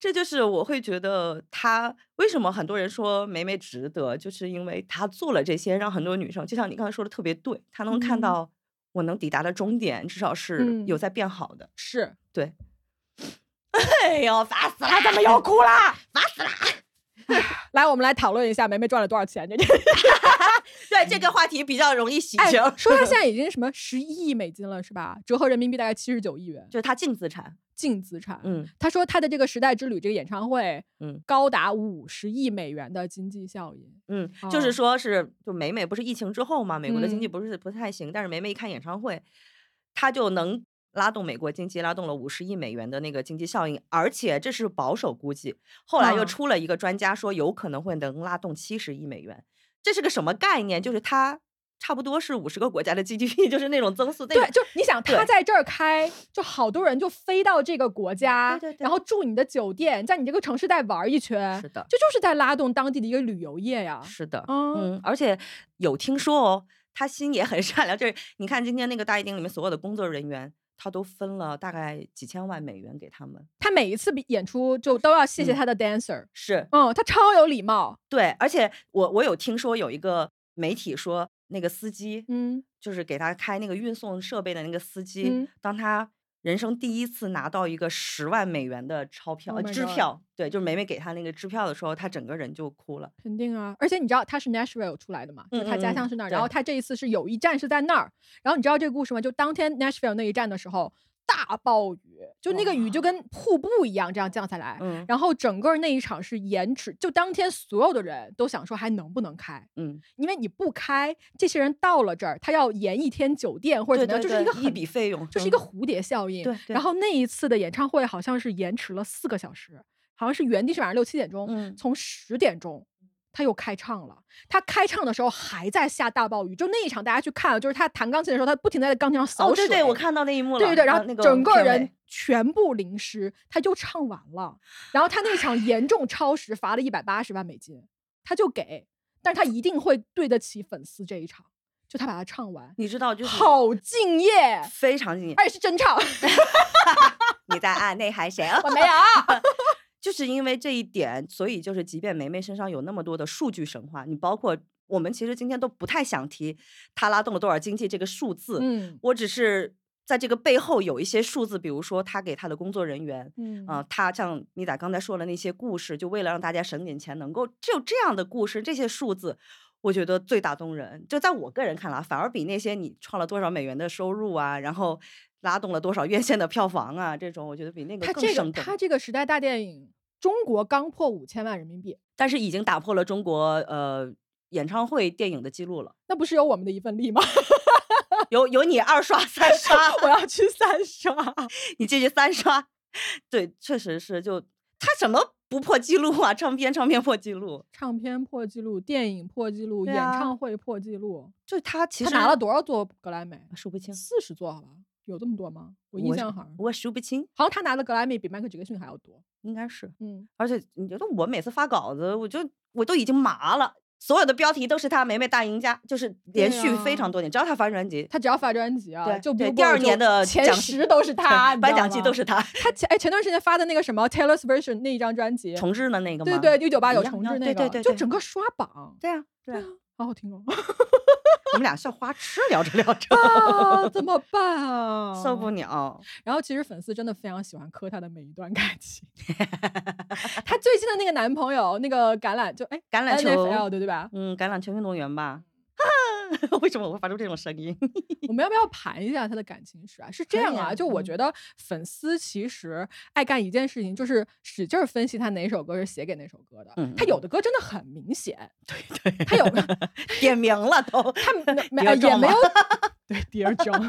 这就是我会觉得他为什么很多人说梅梅值得，就是因为她做了这些，让很多女生，就像你刚才说的特别对，她能看嗯到我能抵达的终点，至少是有嗯在变好的。 是，对，哎呦，烦死了，怎么又哭啦？烦死了？来，我们来讨论一下梅梅赚了多少钱这件事。对这个话题比较容易喜哎庆。，说她现在已经什么十一亿美金了，是吧？折合人民币大概七十九亿元 就是他净资产，净资产。嗯，她说她的这个时代之旅这个演唱会，嗯，高达五十亿美元的经济效益。嗯，就是哦说是就美美不是疫情之后嘛，美国的经济嗯不是不太行，但是美美一看演唱会，她就能拉动美国经济，拉动了五十亿美元的那个经济效应，而且这是保守估计，后来又嗯出了一个专家说有可能会能拉动七十亿美元，这是个什么概念？就是它差不多是五十个国家的 GDP，就是那种增速，那对，个就你想，他对在这儿开，就好多人就飞到这个国家，对对对然后住你的酒店，在你这个城市再玩一圈，是的这就是在拉动当地的一个旅游业呀。是的，嗯，嗯，而且有听说哦，他心也很善良，就是你看今天那个大一丁里面所有的工作人员，他都分了大概几千万美元给他们，他每一次比演出就都要谢谢嗯他的 dancer，是嗯，他超有礼貌，对，而且我我有听说有一个媒体说，那个司机，嗯，就是给他开那个运送设备的那个司机，嗯当他。人生第一次拿到一个十万美元的钞票、 Oh 呃 my 支 god 票，对，就是梅梅给他那个支票的时候，他整个人就哭了。肯定啊。而且你知道他是 Nashville 出来的嘛，就嗯他嗯家嗯乡是那儿，然对后他这一次是有一站是在那儿，然后你知道这个故事吗？就当天 Nashville 那一站的时候，大暴雨，就那个雨就跟瀑布一样这样降下来，嗯哎然后整个那一场是延迟，就当天所有的人都想说还能不能开，嗯，因为你不开，这些人到了这儿，他要延一天酒店或者对怎么对样，就是一对，个很一笔费用，就是嗯一个蝴蝶效应。对对然后那一次的演唱会好像是延迟了四个小时，好像是原定是晚上六七点钟，嗯从十点钟。他又开唱了，他开唱的时候还在下大暴雨，就那一场大家去看，啊就是他弹钢琴的时候，他不停地在钢琴上扫哦，水，对对，我看到那一幕了。呃对对对，然那后个整个片人尾全部淋湿，他就唱完了。然后他那场严重超时，罚了一百八十万美金，他就给，但是他一定会对得起粉丝这一场，就他把它唱完，你知道就是好敬业，非常敬业。而且是真唱， 你在暗内涵谁啊？我没 有啊，就是因为这一点，所以就是即便梅梅身上有那么多的数据神话，你包括我们其实今天都不太想提她拉动了多少经济这个数字，嗯我只是在这个背后有一些数字，比如说她给她的工作人员。嗯啊、她像米仔刚才说的那些故事，就为了让大家省点钱，能够只有这样的故事，这些数字，我觉得最打动人。就在我个人看来，啊反而比那些你创了多少美元的收入啊，然后拉动了多少院线的票房啊，这种我觉得比那个他更这个生动。他这个时代大电影，中国刚破五千万人民币，但是已经打破了中国呃演唱会电影的记录了，那不是有我们的一份力吗？ 有有你二刷三刷，我要去三刷，你继续三刷，对，确实是就他怎么不破纪录啊？唱片唱片破纪录， 唱片破纪录，电影破纪录，对演啊唱会破纪录。就他其他实拿了多少座格莱美？数不清，四十座，好吧？有这么多吗？我印象好像我数不清，好像他拿的格莱美比迈克尔·杰克逊还要多。应该是。嗯，而且你觉得我每次发稿子，我就我都已经麻了，所有的标题都是他“梅梅大赢家”，就是连对续啊非常多年，只要他发专辑，他只要发专辑啊，对就对 Billboard 第二就年的前奖十都是他，你知颁道奖季吗都是他他前哎前段时间发的那个什么 Taylor's Version 那一张专辑，重置的那个对吗？对，一九八九一样重一置样那对个，对对就对整个刷榜，对啊，对 啊，好好听哦我们俩像花痴聊着聊 着啊，怎么办啊？受不了，然后其实粉丝真的非常喜欢磕她的每一段感情。 她最近的那个男朋友，那个橄榄就哎橄榄 NFL 球，的对吧？嗯，橄榄球运动员吧。 啊为什么我会发出这种声音？ 我们要不要盘一下她的感情史啊？是这可样以啊，啊就我嗯觉得粉丝其实爱干一件事情，就是使劲儿分析她哪首歌是写给哪首歌的。嗯她有的歌真的很明显，对对，她有的点名了都。他 们没 Dear 呃也 John 没吗 有对 Dear John，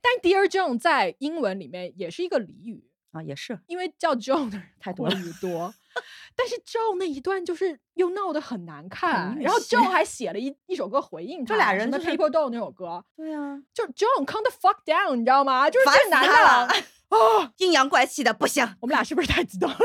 但 是 Dear John 在英文里面也是一个俚语，啊，也是，因为叫 John 的人太过多了于多。但是 John 那一段就是又闹得很难看，虐然后心 John 还写了一一首歌回应他，这俩人的就是 People Don't 那首歌，对啊，就是 John come the fuck down，你知道吗？就是烦这死男他的了，阴阳怪气的不行，我们俩是不是太 激动了？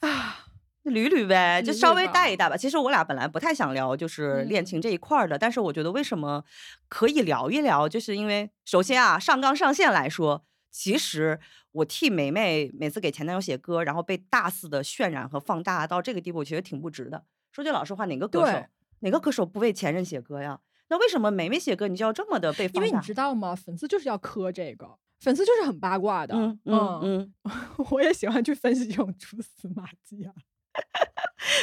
啊，捋捋呗，就捋捋稍微吧带一带吧。其实我俩本来不太想聊就是恋嗯情这一块儿的，但是我觉得为什么可以聊一聊，就是因为首先啊，上纲上线来说，其实我替梅梅每次给前男友写歌，然后被大肆的渲染和放大到这个地步，其实挺不值的。说句老实话，哪个歌手对哪个歌手不为前任写歌呀？那为什么梅梅写歌你就要这么的被放因大？嗯为你知道吗？粉丝就是要磕这个，粉丝就是很八卦的，嗯嗯嗯， 我也喜欢去分析这种蛛丝马迹啊。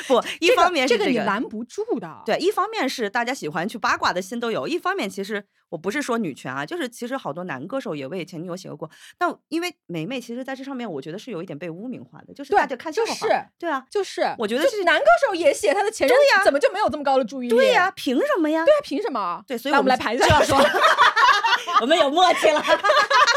不，一这个方面是这你拦不住的。对，一方面是大家喜欢去八卦的心都有，一方面其实我不是说女权啊，就是其实好多男歌手也为前女友写过。那因为梅梅其实在这上面，我觉得是有一点被污名化的，就是对大家看笑就话。是对啊，就是我觉得就是男歌手也写他的前任，怎么就没有这么高的注意力？对呀、，凭什么呀？对啊，凭什么？对所以来我我们来们盘一下 说，我们有默契了。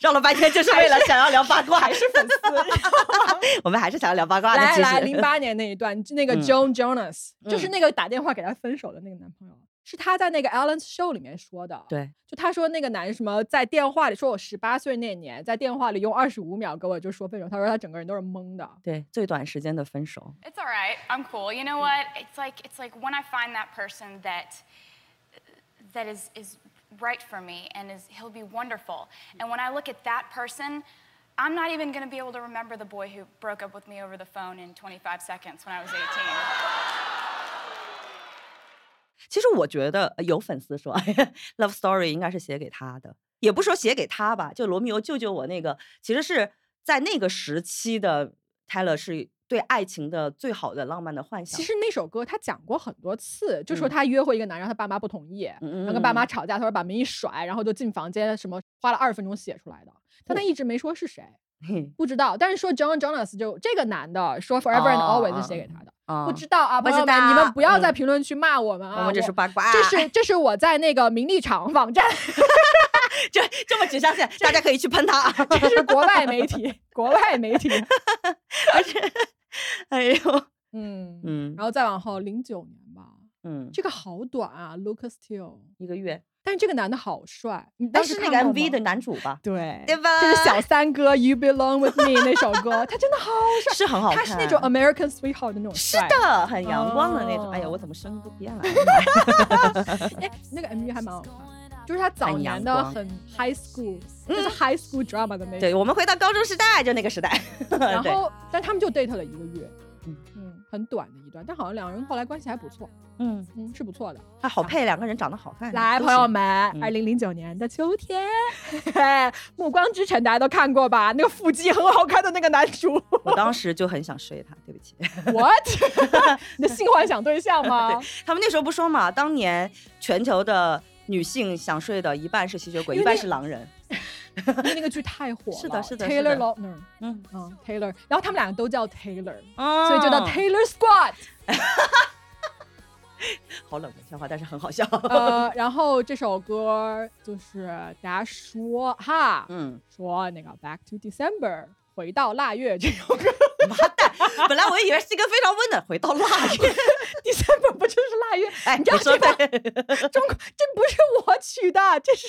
绕了半天就是为了想要聊八卦，还是粉丝？ 我们还是想要聊八卦的。来其 来，实零八年那一段，那个嗯 John Jonas，就是嗯那个打电话给他分手的那个男朋友，是他在那个 Ellen's Show 里面说的。对，就他说那个男什么在电话里说我十八岁那年，在电话里用二十五秒跟我就说分手，他说他整个人都是懵的。对，最短时间的分手， It's all right. I'm cool. You know what? It's like it's like when I find that person that that is is right for me and is he'll be wonderful. And when I look at that person, I'm not even going to be able to remember the boy who broke up with me over the phone in 25 seconds when I was 18. 其实我觉得呃有粉丝说 ，Love Story 应该是写给他的，也不说写给他吧，就罗密欧救救我那个，其实是在那个时期的 Taylor 是对爱情的最好的浪漫的幻想。其实那首歌他讲过很多次，就说嗯他约会一个男人，他爸妈不同意，然后跟爸妈吵架，他说把门一甩，然后就进房间，什么花了二十分钟写出来的，但哦他一直没说是谁，嘿不知道。但是说 John Jonas 就这个男的说 Forever and 哦 Always 是写哦给他的，啊，不知道啊，不朋友知们，你们道不要在嗯评论区骂我们啊，我们只是八卦，这是这是我在那个名利场网站， 这这么指向线，大家可以去喷他。 这是国外媒体，国外媒体， 哎呦，嗯，嗯然后再往后零九年吧，嗯，这个好短啊，Lucas Till。一个月，但是这个男的好帅，你但当时哎是那看个过 MV 吗的男主吧，对对吧就是小三哥 You Belong with Me 那首歌，他真的好帅，是 很好看，他是那种 American Sweetheart 的那种是帅。的，很阳光的那种。哎呀，哦我怎么声音都变了？哎，那个 MV 还蛮好看的，就是他早很年阳的光嗯很 High School，就是 High School Drama 的那种。对，我们回到高中时代，就那个时代。然 对，后，但他们就 date 了一个月，嗯嗯，很短的一段，但好像两人后来关系还不错，嗯，嗯，是不错的。啊，好配，两个人长得好看。嗯来，都朋友行，嗯们，二零零九年的秋天， 嘿嘿《暮光之城》大家都看过吧？那个腹肌很好看的那个男主。我当时就很想睡他，对不起。 What？你的性幻想对象吗？他们那时候不说嘛，当年全球的女性想睡的一半是吸血鬼，因为一半那是狼人。因为那个剧太火了。是的是的是 Taylor 的 Lautner，嗯，啊嗯，Taylor，然后他们两个都叫 Taylor，所所以就嗯叫 Taylor Squad。好冷门笑话，但是很好笑。呃，然后这首歌就是大家说哈，嗯，说那个 Back to December，回到腊月这首歌 妈蛋！ 本来我以为是一个非常温暖，回到腊月。 ，December 不就是腊月？哎， 你知道说这个对， 中国这不是我取的，这是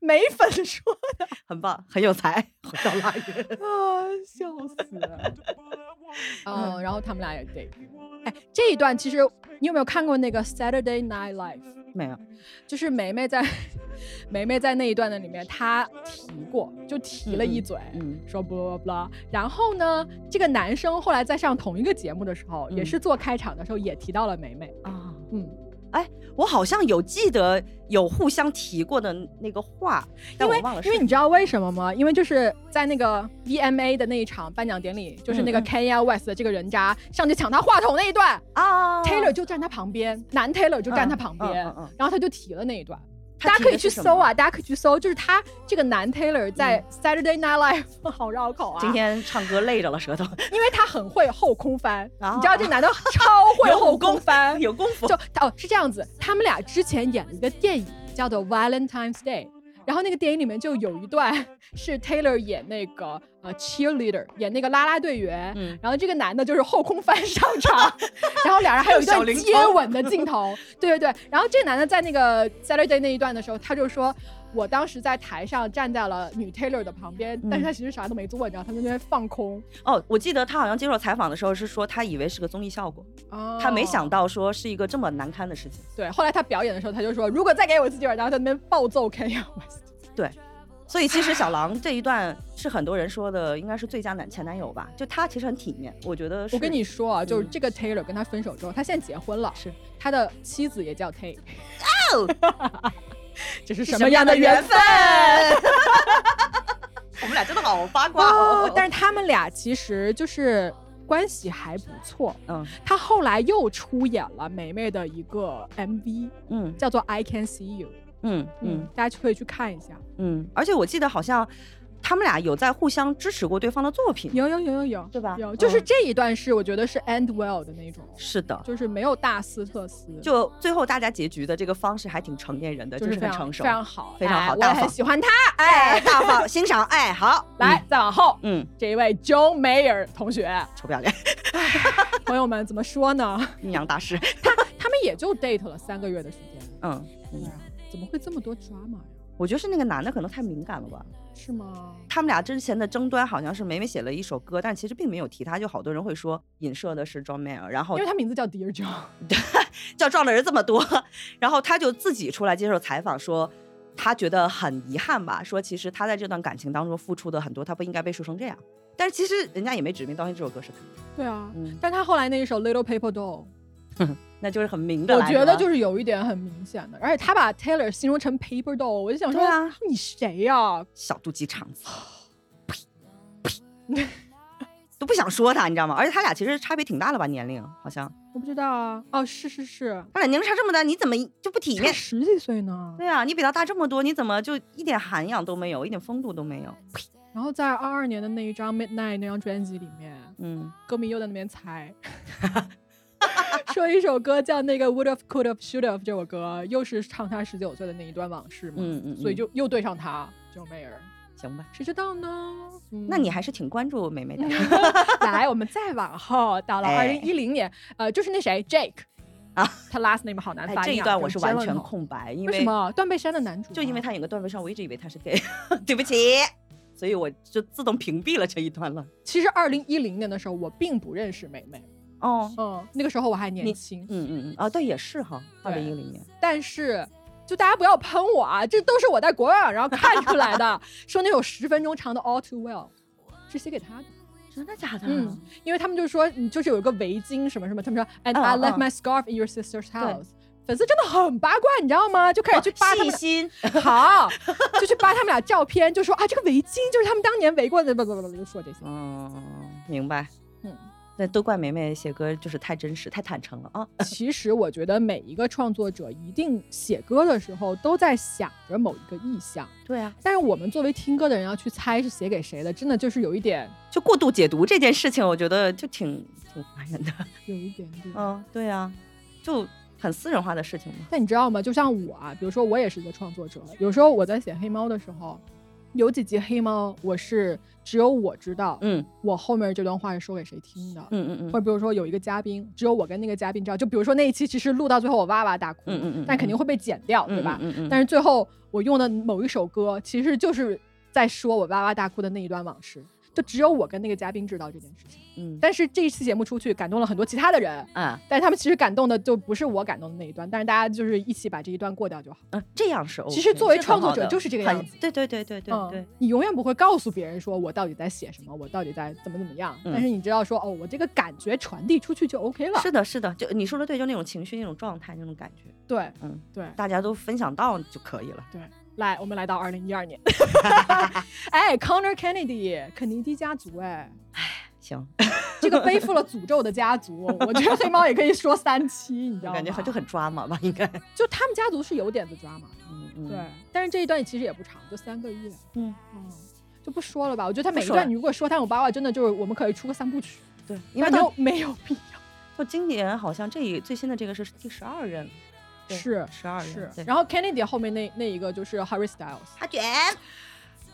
美粉说的很棒，很有才，回到腊月。 啊，笑死。嗯，然后他们俩也 date。哎，哎，这一段其实你有没有看过那个《Saturday Night Live》？没有，就是梅梅在 梅梅在那一段的里面，她提过，就提了一嘴，嗯说 blah blah blah。然后呢，这个男生后来在上同一个节目的时候，也嗯是做开场的时候也提到了梅梅，啊，嗯，我好像有记得有互相提过的那个话，但因我为忘了是因为你知道为什么吗？因为就是在那个 VMA 的那一场颁奖典礼，就是那嗯个嗯 Kanye West 的这个人渣上去抢他话筒那一段、啊 t a y l o r 就站他旁边，男 Taylor 就站他旁嗯边，嗯嗯嗯然后他就提了那一段。他大家提可以的去是什搜么嗯啊，大家可以去搜，就是他这个男 Taylor 在 Saturday Night Live 好绕口啊，今天唱歌累着了，舌头因为他很会后空翻，啊你知道这男的超会 有后武功空翻，有功夫就哦是这样子，他们俩之前演了一个电影叫做《Valentine's Day》，然后那个电影里面就有一段是 Taylor 演那个呃 cheerleader，演那个啦啦队员，嗯然后这个男的就是后空翻上 场，然后俩人还有一小段灵接通吻的镜头，对对对，然后这男的在那个 Saturday 那一段的时候，他就说。我当时在台上站在了女 Taylor 的旁嗯边，但是他其实啥都没做，你知道，他在那边放空。哦。我记得他好像接受采访的时候是说，他以为是个综艺效果，哦他没想到说是一个这么难堪的事情。对，后来他表演的时候，他就说：“如果再给我一次机会，然后在那边暴揍 Kanye West。所以其实小狼这一段是很多人说的，应该是最佳男前男友吧？就他其实很体面，我觉得是。我跟你说啊，就是嗯这个 Taylor 跟他分手之后，他现在结婚了，是他的妻子也叫 Tay。哦 这是是什么样的缘 分？我们俩真的好八卦哦哦！，但是他们俩其实就是关系还不错。嗯他后来又出演了梅梅的一个 MV，嗯叫做《I Can See You》，嗯嗯，大家可以去看一下。嗯，而且我记得好像他们俩有在互相支持过对方的作品，有有有有有，对吧有，就是嗯这一段是我觉得是 end well 的那种，是的。就是没有大撕特撕，就最后大家结局的这个方式还挺成年人的，就是非很常成熟非，常好，非常好哎我大也方很喜欢他。哎，哎，大方欣赏，哎，好，来，再往后，嗯，嗯，这一位 Joe Mayer 同学，臭不要脸， 朋友们怎么说呢？ 阴阳大师，他们也就 date 了三个月的时间，嗯，对啊，怎么会这么多 drama 呀？我觉得是那个男的可能太敏感了吧。是吗？他们俩之前的争端好像是梅梅写了一首歌，但其实并没有提他，就好多人会说影射的是 John Mayer，然后因为他名字叫 Dear Joe， 叫撞的人这么多， 然后他就自己出来接受采访说，他觉得很遗憾吧，说其实他在这段感情当中付出的很多，他不应该被说成这样。但是其实人家也没指名道姓这首歌是他，对啊，嗯，但他后来那一首 Little Paper Doll，那就是很明着我来的觉得就是是有一点很明显的，而且他把 Taylor 形容成 Paper Doll，我就想说对啊你谁呀？小肚鸡肠 子，呸呸，都不想说他，你知道吗？而且他俩其实差别挺大的吧，年龄好像我不知道啊，哦，是是是，他俩年龄差这么大，你怎么就不体才面？十几岁呢。对啊，你比他大这么多，你怎么就一点涵养都没有，一点风度都没有？呸，然后在二二年的那一张《Midnight》那张专辑里面，嗯，歌迷又在那边猜， 说一首歌叫那个《Would Have Could Have Should Have》这首歌，又是唱他十九岁的那一段往事嘛，嗯嗯嗯所以就又对上他 j o m a y e r 行吧，谁知道呢？嗯那你还是挺关注梅梅的。来，我们再往后，到了二哎零一零年，呃，就是那谁 Jake 啊，他 last name 好难哎发音啊、，这一段我是完全 Jalen 空白，因为为什么断背山的男主啊、就因为他有个段位上，我一直以为他是 gay，对 不起，所以我就自动屏蔽了这一段了。其实二零一零年的时候，我并不认识梅梅，哦，嗯，那个时候我还年你轻，嗯嗯嗯，啊，对，也是哈，对二零一零年，但是就大家不要喷我啊，这都是我在国外网上看出来 的，说那有十分钟长的《All Too Well》是写给他的，真的假的嗯，因为他们就说你就是有一个围巾什么什么，他们说 And 嗯 I 嗯 left my scarf in your sister's house。粉丝真的很八卦，你知道吗？哎就开始去扒他细哦们心，俩，好，就去扒他们俩照片，就说啊，这个围巾就是他们当年围过的，不不不不，就说这些。嗯，明白，嗯，那都怪梅梅写歌就是太真实、太坦诚了啊。其实我觉得每一个创作者一定写歌的时候都在想着某一个意象，对啊，但是我们作为听歌的人要去猜是写给谁的，真的就是有一点，就过度解读这件事情，我觉得就挺挺烦人的。有一点点。嗯，对啊，就很私人化的事情嘛。但你知道吗？就像我啊，比如说我也是一个创作者，有时候我在写黑猫的时候，有几集黑猫我是只有我知道，嗯我后面这段话是说给谁听的。嗯嗯嗯或者比如说有一个嘉宾，只有我跟那个嘉宾知道。就比如说那一期，其实录到最后我哇哇大哭，嗯嗯嗯但肯定会被剪掉，嗯，对吧？嗯嗯嗯，但是最后我用的某一首歌，其实就是在说我哇哇大哭的那一段往事，就只有我跟那个嘉宾知道这件事情。嗯但是这一期节目出去，感动了很多其他的人，啊，但是他们其实感动的就不是我感动的那一段，但是大家就是一起把这一段过掉就好。嗯，这样是 OK。其实作为是很创作好者的就是这个很样子对对对对对嗯对，你永远不会告诉别人说我到底在写什么，我到底在怎么怎么样，嗯但是你知道说哦，我这个感觉传递出去就 OK 了。是的，是的，就你说的对，就那种情绪、那种状态、那种感觉，对，嗯，对。大家都分享到就可以了。对，来，我们来到二零一二年， 哎，Connor Kennedy，肯尼迪家族，哎，行，这个背负了诅咒的家族，我觉得黑猫也可以说三期，你知道我吗？ 感觉就很抓马吧，应该。就他们家族是有点子抓嘛，嗯嗯，对，但是这一段其实也不长，就三个月，嗯嗯，就不说了吧。我觉得他每不一说段了你如果说他我八卦，真的就是我们可以出个三部曲，对，因那为没到有没 有必要。到今年好像这一最新的这个是第十二任，对是十二任，是对，然后 Kennedy 后面那那一个就是 Harry Styles，他卷，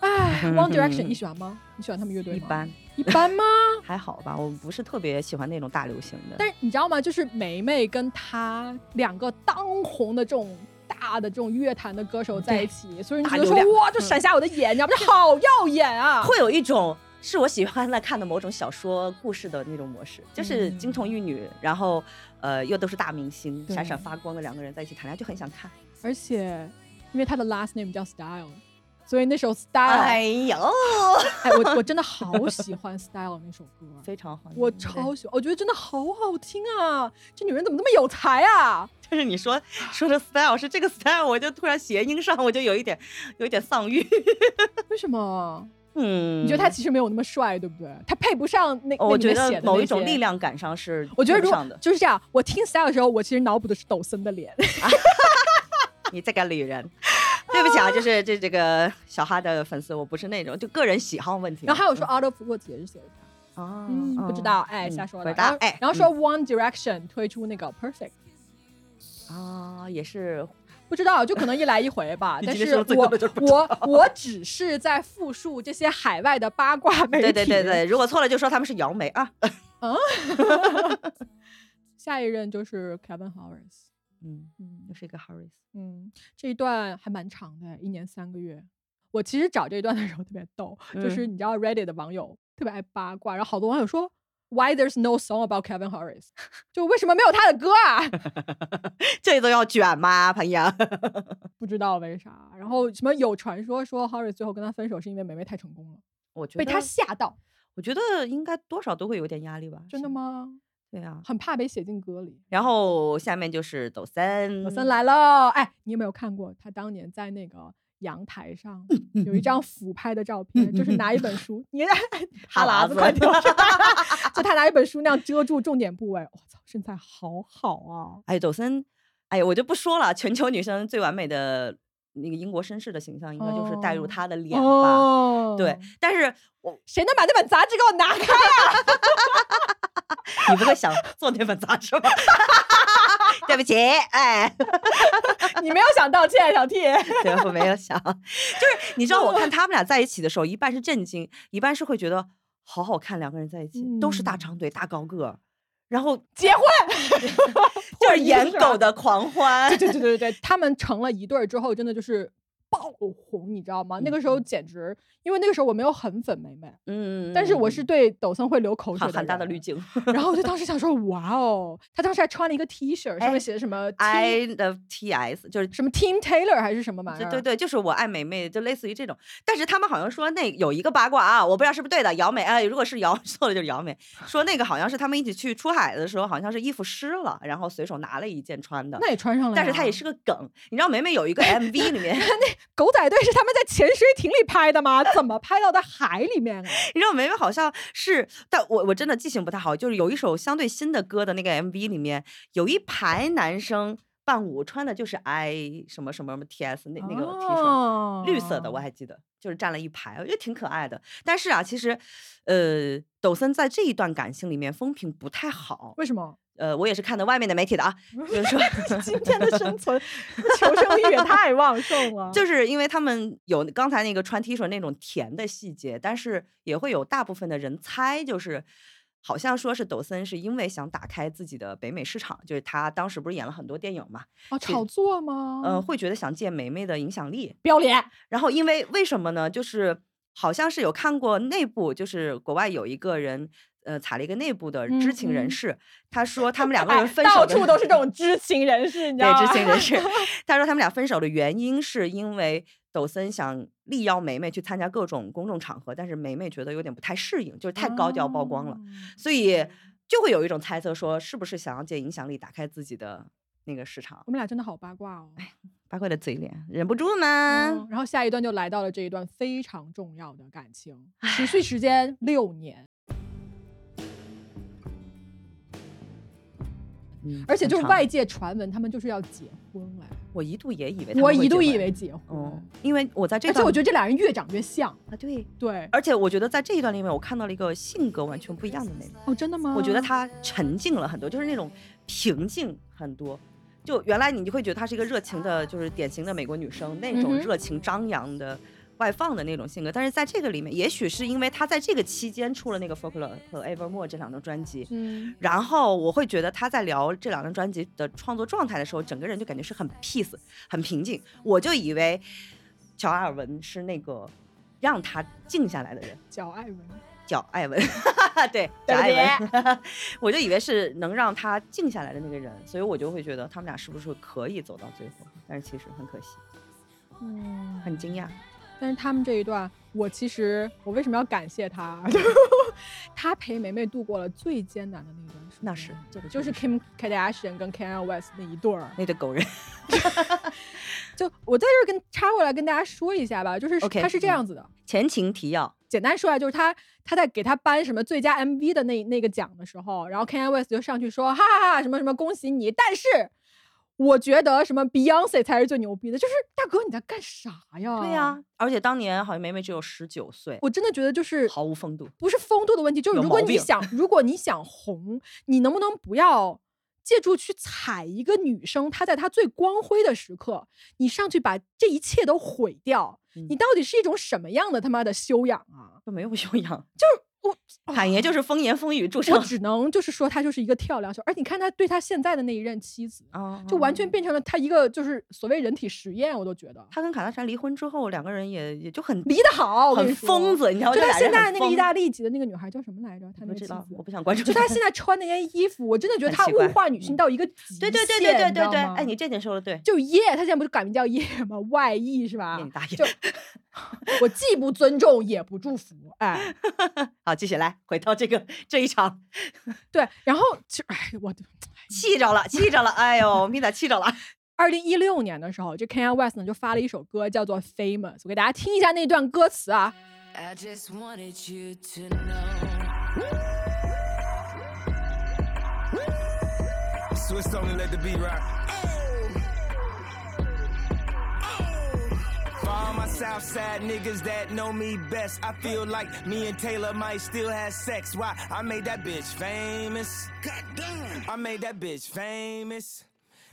哎，One 嗯 Direction，你喜欢吗？你喜欢他们乐队吗？一般一般吗？ 还好吧，我不是特别喜欢那种大流行的。但是你知道吗？就是梅梅跟她两个当红的这种大的这种乐坛的歌手在一起，所以你觉大得流说量嗯哇，就闪瞎我的眼，你知道吗？这好耀眼 啊！会有一种是我喜欢在看的某种小说故事的那种模式，就是嗯金童玉女，然后呃又都是大明星，对闪闪发光的两个人在一起谈恋爱，就很想看。而且因为她的 last name 叫 Style，所以那首 Style，哎呦，我我真的好喜欢 Style 那首歌， 非常好，我超喜欢，我觉得真的好好听啊！这女人怎么那么有才啊？对就是你说说的 style 是这个 style，我就突然谐音上我就有一点有一点丧 欲。为什么？嗯，你觉得他其实没有那么帅，对不对？他配不上那，哦？那我里觉面得写的某那一种些力量感上是我觉得顾如不果上的，就是这样，我听 style 的时候，我其实脑补的是抖森的脸，嗯你这个女人。 对不起啊，就是这这个小哈的粉丝，我不是那种就个人喜好问题。 然后还有说 out of woods 也是写的他，嗯哦嗯，不知哦道，哎，嗯瞎说不的。知道然后哎然后说 One Direction 推出那个 Perfect，啊，也是不知道，就可能一来一回吧。 你但今天说的是最我多的就是不知我我只是在复述这些海外的八卦 媒对体。对对对，。如果错了就说他们是杨梅啊。下一任就是 Kevin Harris， 嗯，嗯又是一个 Harris。嗯，这一段还蛮长的，一年三个月。我其实找这一段的时候特别逗，嗯就是你知道 Reddit 的网友特别爱八卦，然后好多网友说 Why there's no song about Kevin Harris，就为什么没有他的歌啊？ 这都要卷吗，啊朋 友？不知道为啥。然后什么有传说说 Harris 最后跟他分手是因为梅梅太成功了，我觉被得他吓到。我觉得应该多少都会有点压力吧。真的是？吗？对啊。很怕被写进歌里。然后下面就是抖森，老三来了，哎，你有没有看过他当年在那个阳台上有一张俯拍的照片，就是拿一本书，你 哈喇子快掉下来，就他拿一本书那样遮住重点部位，我操，身材好好啊！哎，抖森，哎，我就不说了，全球女生最完美的那个英国绅士的形象，应该就是带入哦他的脸吧。哦，对，但是我谁能把那本杂志给我拿开？ 你不会想做那本杂志吧？ 对不起，哎，你没有想道歉，小 T，对，我没有想，就是你知道，我看他们俩在一起的时候，一半是震惊，一半是会觉得好好看，两个人在一起、都是大嗯长腿、大高个儿，然 后结婚。就是一个颜事儿狗的狂欢对。对对对对，他们成了一对儿之后，真的就是爆红，你知道吗？那个时候简直，因为那个时候我没有很粉梅梅，嗯，但是我是对抖森会流口水很很大的人滤。镜然后我就当时想 说，哇哦，他当时还穿了一个 T 恤，上哎面写的什么 T、 ，I love T S，就是什么 Team Taylor 还是什么玩意对儿？对对，就是我爱美妹，就类似于这种。但是他们好像说那有一个八卦啊，我不知道是不是对的。姚美，哎，如果是姚 错了就是姚美，说那个好像是他们一起去出海的时候，好像是衣服湿了，然后随手拿了一件穿的。那也穿上了呀。但是它也是个梗，你知道梅梅有一个 MV 里面，狗仔队是他们在潜水艇里拍的吗？怎么拍到的海里面啊？你知道梅梅好像是，但我我真的记性不太好，就是有一首相对新的歌的那个 MV 里面，有一排男生伴舞穿的就是 I 什么什么什么 TS 那那个 T 恤。哦绿色的，我还记得，就是站了一排，我觉得挺可爱的。但是啊，其实，呃，抖森在这一段感情里面风评不太好。为什么？呃，我也是看的外面的媒体的啊，就是说， 今天的生存求生欲也太旺盛了。就是因为他们有刚才那个穿 T 恤那种甜的细节，但是也会有大部分的人猜，就是好像说是抖森是因为想打开自己的北美市场，就是他当时不是演了很多电影嘛，哦，炒作吗？嗯、呃，会觉得想借梅梅的影响力，不要脸。然后因为为什么呢？就是好像是有看过内部，就是国外有一个人。呃，采了一个内部的知情嗯嗯人士，他说他们两个哎人分手到的处都是这种知情人士，你知道对吗？知情 人士，他说他们俩分手的原因是因为抖森想力邀梅梅去参加各种公众场合，但是梅梅觉得有点不太适应，就是太高调曝光了，哦所以就会有一种猜测说，是不是想要借影响力打开自己的那个市场？我们俩真的好八卦哦。八怪的嘴脸忍不住吗？嗯然后下一段就来到了这一段非常重要的感情，持续时间六年。嗯而且很就是长外界传闻，他们就是要结婚来，我一度也以为他我们会一度结以婚为，结婚，嗯，因为我在这而且段，我觉得这俩人越长越像。得啊对，对，而且我觉得在这一段里面，我看到了一个性格完全不一样的梅梅。哦，真的吗？我觉得他沉静了很多，就是那种平静很多。就原来你就会觉得她是一个热情的，就是典型的美国女生那种嗯哼热情张扬的、外放的那种性格，但是在这个里面，也许是因为她在这个期间出了那个《Folklore》和《Evermore》这两张专辑。嗯，然后我会觉得她在聊这两张专辑的创作状态的时候，整个人就感觉是很 peace、很平静。我就以为乔艾文是那个让她静下来的人，小艾文，叫艾 文，对，叫对不起艾文， 我就以为是能让他静下来的那个人，所以我就会觉得他们俩是不是可以走到最后？但是其实很可惜，嗯，很惊讶。但是他们这一段，我其实我为什么要感谢他？啊 他陪梅梅度过了最艰难的那段时间，那是这个就确是实 Kim Kardashian 跟 Kanye West 那一对儿。那对狗人， 就我在这儿跟插过来跟大家说一下吧，就是 OK，他是这嗯样子的。前情提要，简单说啊，就是他他在给他颁什么最佳 MV 的那那个奖的时候，然后 Kanye West 就上去说哈哈哈什么什么恭喜你，但是我觉得什么 Beyonce 才是最牛逼的，就是大哥你在干啥呀？对呀、，而且当年好像梅梅只有十九岁，哦我真的觉得就是毫无风度。不是风度的问题，就是有如果毛你病想，如果你想红，你能不能不要借助去踩一个女生，她在她最光辉的时刻，你上去把这一切都毁掉？嗯你到底是一种什么样的他妈的修养啊？就没有 修养，我侃爷就是风言风语著 我称，只能就是说，她就是一个跳梁小，而你看她对她现在的那一任妻子，啊就完全变成了她一个就是所谓人体实验，我都觉得他跟卡戴珊离婚之后，两个人也也就很离得好，我跟你很说疯。子，你知道？就这她俩人现在很那个意疯大利籍的那个女孩叫什么来着？她那不个妻知道，子我不想关注。就她现在穿那件衣服，我真的觉得很她奇物怪化女性嗯到一个极对对对对限对你知对道对，吗哎，你这点说的对，就耶，她现在不就改名叫耶吗？Y E 是吧念你？大爷就。我既不尊重也不祝福， 哎， 好，继续来，回到这个这一场，对。然后其实，哎，我气着了，气着了，哎呦，米达气着了，二零一六年的时候，这 Kanye West 呢就发了一首歌叫做《Famous》，我给大家听一下那段歌词啊。 I just wanted you to know. Swiss only let the beat rock. For all my South Side niggas that know me best, I feel like me and Taylor might still have sex. Why? I made that bitch famous. God damn. I made that bitch famous.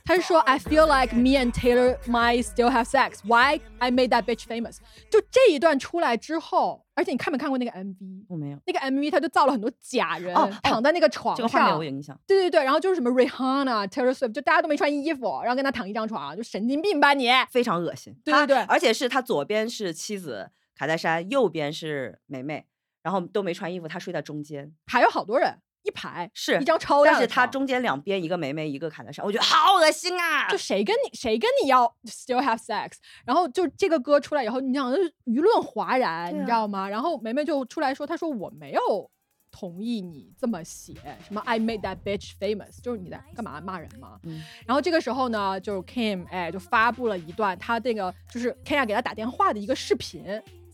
他是说 I feel like me and Taylor might still have sex. Why I made that bitch famous？就这一段出来之后，而且你看没看过那个 MV？ 我没有，那个 MV 他就造了很多假人，嗯哦哦躺在那个床这上。个画面我有印象。对对对，然后就是什么 Rihanna、Taylor Swift，就大家都没穿衣服，然后跟他躺一张床，就神经病吧你。非常恶心。对他对对而且是他左边是妻子卡戴珊，右边是梅梅，然后都没穿衣服，他睡在中间，还有好多人一排，是一张超大但是的他床中间两边一个梅梅，一个卡戴珊，我觉得好恶心啊！就谁跟你谁跟你要 still have sex，然后就这个歌出来以后，你想就是舆论哗然，对啊你知道吗？然后梅梅就出来说，她说我没有同意你这么写，什么 I made that bitch famous，就是你在干嘛骂人吗？嗯然后这个时候呢，就是 Kim 哎就发布了一段他这个就是 Kenya 给他打电话的一个视频，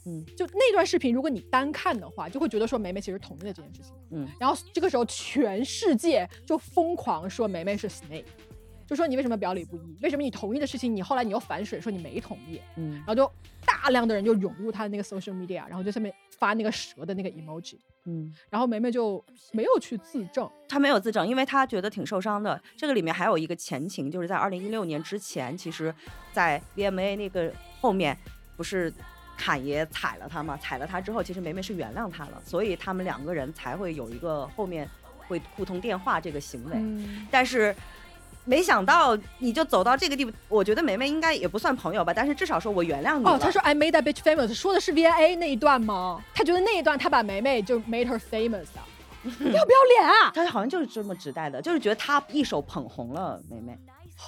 嗯，就那段视频如果你单看的话，就会觉得说梅梅其实同意了这件事情。嗯，然后这个时候全世界就疯狂说梅梅是 snake，就说你为什么表里不一？为什么你同意的事情你后来你又反水说你没同意？嗯然后就大量的人就涌入他的那个 social media，然后就下面发那个蛇的那个 emoji，嗯，然后梅梅就没有去自证，他没有自证，因为他觉得挺受伤的。这个里面还有一个前情，就是在二零一六年之前，其实，在 VMA 那个后面不是。侃爷踩了他嘛，踩了他之后，其实梅梅是原谅他了，所以他们两个人才会有一个后面会互通电话这个行为。嗯，但是没想到你就走到这个地步，我觉得梅梅应该也不算朋友吧，但是至少说我原谅你了。哦，他说 I made that bitch famous，说的是 VIA 那一段吗？他觉得那一段他把梅梅就 made her famous 啊，要不要脸啊？他好像就是这么指代的，就是觉得他一手捧红了梅梅，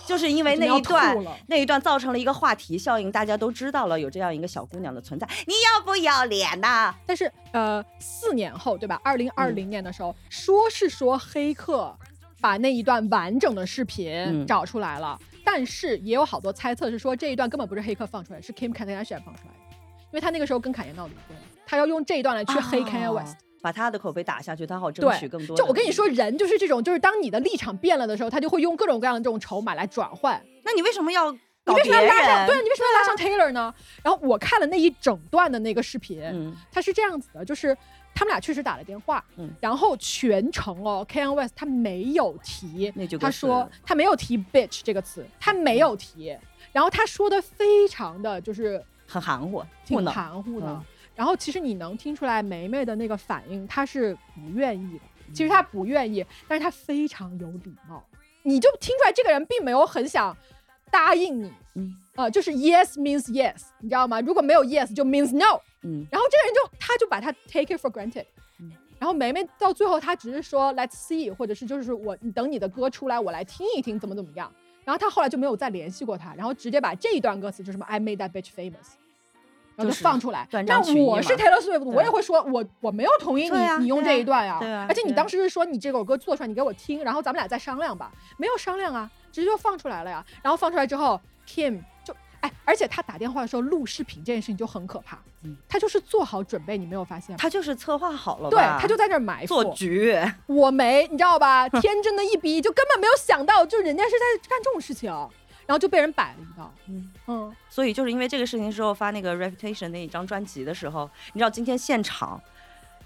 就是因为真的那要一段吐了那一段造成了一个话题效应，大家都知道了有这样一个小姑娘的存在，你要不要脸呐、但是呃，四年后对吧？二零嗯二零年的时候，说是说黑客把那一段完整的视频嗯找出来了，但是也有好多猜测是说这一段根本不是黑客放出来，是 Kim Kardashian 放出来的，因为他那个时候跟侃爷闹离婚，他要用这一段来去黑 Kanye West。把他的口碑打下去，他好啊争取对更，多。就我跟你，说，人就是这种，就是当你的立场变了的时候，他就会用各种各样的这种筹码来转换。那你为什么要你搞为什别么要拉上？人？对啊，你为什么要拉上 Taylor 呢？然后我看了那一整段的那个视频，嗯他是这样子的，就是他们俩确实打了电话，嗯然后全程哦，Kanye West 他没有提那句，歌他词说他没有提 bitch 这个词，他没有提，然后他说的非常的就是很含糊，糊挺弄。含糊的。嗯然后其实你能听出来梅梅的那个反应，她是不愿意的。嗯其实她不愿意，但是她非常有礼貌，你就听出来这个人并没有很想答应你。嗯呃，就是 yes means yes，你知道吗？如果没有 yes 就 means no。嗯然后这个人就他就把他 take it for granted。然后梅梅到最后，她只是说 Let's see，或者是就是我你等你的歌出来，我来听一听怎么怎么样。然后她后来就没有再联系过他，然后直接把这一段歌词就什么 I made that bitch famous，然后就就是放出来。断但章取义我嘛是 Taylor Swift，我对也会说，我我没有同意你、对啊你用对啊这一段啊，对啊而且你对啊当时是说你这首歌做出来，你给我听，然后咱们俩再商量吧。没有商量啊，直接就放出来了呀。然后放出来之后，Kim 就哎，而且他打电话的时候录视频这件事情就很可怕，嗯他就是做好准备，你没有发现吗？他就是策划好了吧，对他就在那儿埋做伏，局，我没，你知 道吧？天真的一逼，就根本没有想到，就人家是在干这种事情，然后就被人摆了一道。嗯嗯，所以就是因为这个事情之后发那个 Reputation 那一张专辑的时候，你知道今天现场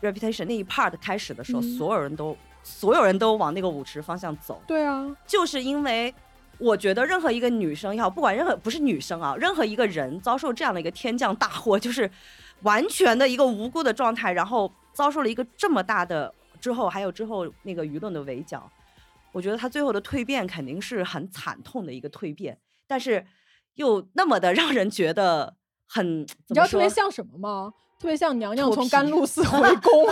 Reputation 那一 part 开始的时候，嗯所有人都所有人都往那个舞池方向走，对啊，就是因为我觉得任何一个女生也好，不管任何不是女生啊，任何一个人遭受这样的一个天降大祸， 就是完全的一个无辜的状态，然后遭受了一个这么大的之后，还有之后那个舆论的围剿，我觉得她最后的蜕变肯定是很惨痛的一个蜕变，但是又那么的让人觉得很，你怎知道么特说？别像什么吗？特别像娘娘脱从皮甘露寺回 宫，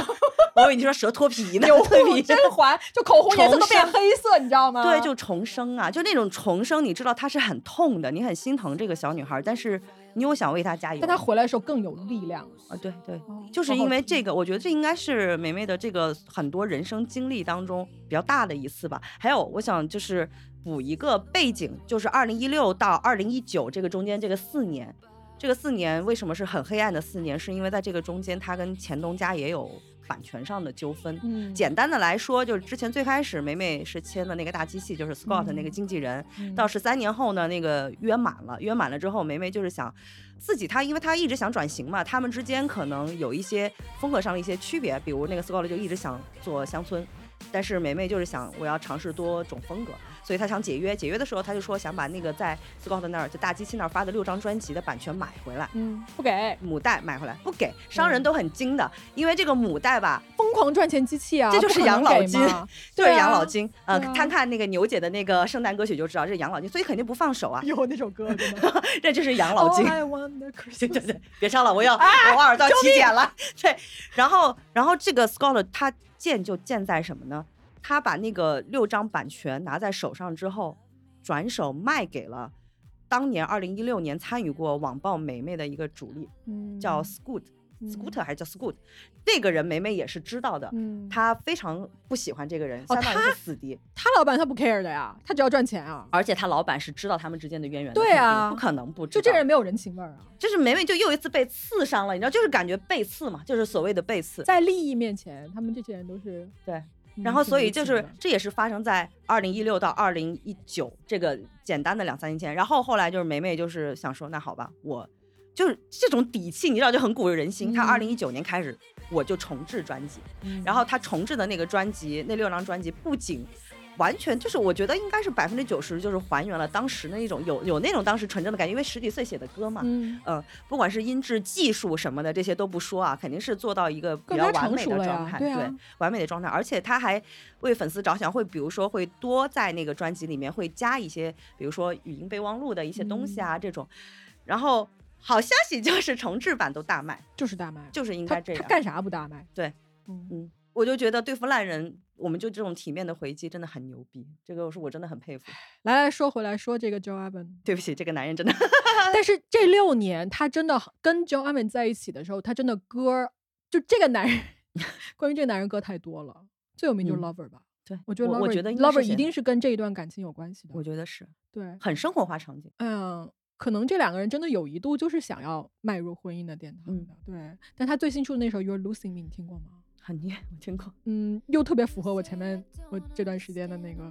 我以为你说蛇脱皮呢， 钮脱祜皮甄嬛，就口红颜色都变重生黑色，你知道吗？对，就重生啊，就那种重生，你知道她是很痛的，你很心疼这个小女孩，但是你又想为她加油。但她回来的时候更有力量。啊，对对，哦就是因为这个，我觉得这应该是梅梅的这个很多人生经历当中比较大的一次吧。还有，我想就是补一个背景，就是二零一六到二零一九这个中间这个四年，这个四年为什么是很黑暗的四年？是因为在这个中间，她跟前东家也有版权上的纠纷。嗯简单的来说，就是之前最开始梅梅是签的那个大机器，就是 Scott 那个经纪人，到十三年后呢，那个约满了，约满了之后，梅梅就是想自己她，因为她一直想转型嘛，他们之间可能有一些风格上的一些区别，比如那个 Scott 就一直想做乡村，但是梅梅就是想我要尝试多种风格，所以她想解约，解约的时候她就说想把那个在 Scott 那儿就大机器那儿发的六张专辑的版权买回来。嗯，不给母带买回来不给，商嗯人都很精的，因为这个母带吧，疯狂赚钱机器啊，这就是不可能养老给金嘛就是对啊养老金。呃，对啊看看那个牛姐的那个圣诞歌曲就知道，这是养老金，所以肯定不放手啊，有那首歌真的，这就是 养 老金。 All I want 对对 the Christmas 对，别唱了，我啊要、我耳到体检了。对，然后然后这个 Scott 他贱就贱在什么呢？他把那个六张版权拿在手上之后，转手卖给了当年二零一六年参与过网暴梅梅的一个主力，嗯叫 Scoot、嗯 Scooter 还是叫 Scoot，那个人梅梅也是知道的，嗯，她非常不喜欢这个人，哦相当于她是死敌。他老板他不 care 的呀，他只要赚钱啊，而且他老板是知道他们之间的渊源的，对肯定啊不可能不知就道。这人没有人情味儿啊，就是梅梅就又一次被刺伤了，你知道，就是感觉被刺嘛，就是所谓的被刺。在利益面前，他们这些人都是对，嗯然后挺所以无就情是的这也是发生在二零一六到二零一九这个简单的两三年前。然后后来就是梅梅就是想说，那好吧，我就是这种底气，你知道就很鼓舞人心。嗯她二零一九年开始我就重制专辑，然后她重制的那个专辑那六张专辑不仅完全就是我觉得应该是百分之九十就是还原了当时的那种有有那种当时纯真的感觉，因为十几岁写的歌嘛，嗯，嗯，不管是音质、技术什么的，这些都不说啊，肯定是做到一个比更较加完成美熟的了状呀态，对啊完美的状态。而且他还为粉丝着想，会比如说会多在那个专辑里面会加一些，比如说语音备忘录的一些东西嗯啊、这种。然后好消息就是重制版都大卖，就是大麦，就是应他该这他样。干啥不大麦？对，嗯，嗯，我就觉得对付烂人，我们就这种体面的回击真的很牛逼，这个是我真的很佩服。来来说回来说这个 Joe Evan，对不起，这个男人真的但是这六年他真的很跟 Joe Evan 在一起的时候，他真的歌儿就这个男人， 关于这个男人歌太多了，最有名就是嗯 Lover 吧。对我觉得我 Lover 我觉得应该 Lover 是一写定的是跟这一段感情有关系的我。觉得是对，很生活化场景。嗯，可能这两个人真的有一度就是想要迈入婚姻的殿堂嗯的。对，但他最新出的那首《You're Losing Me》，你听过吗？很虐，我听过，嗯，又特别符合我前面我这段时间的那个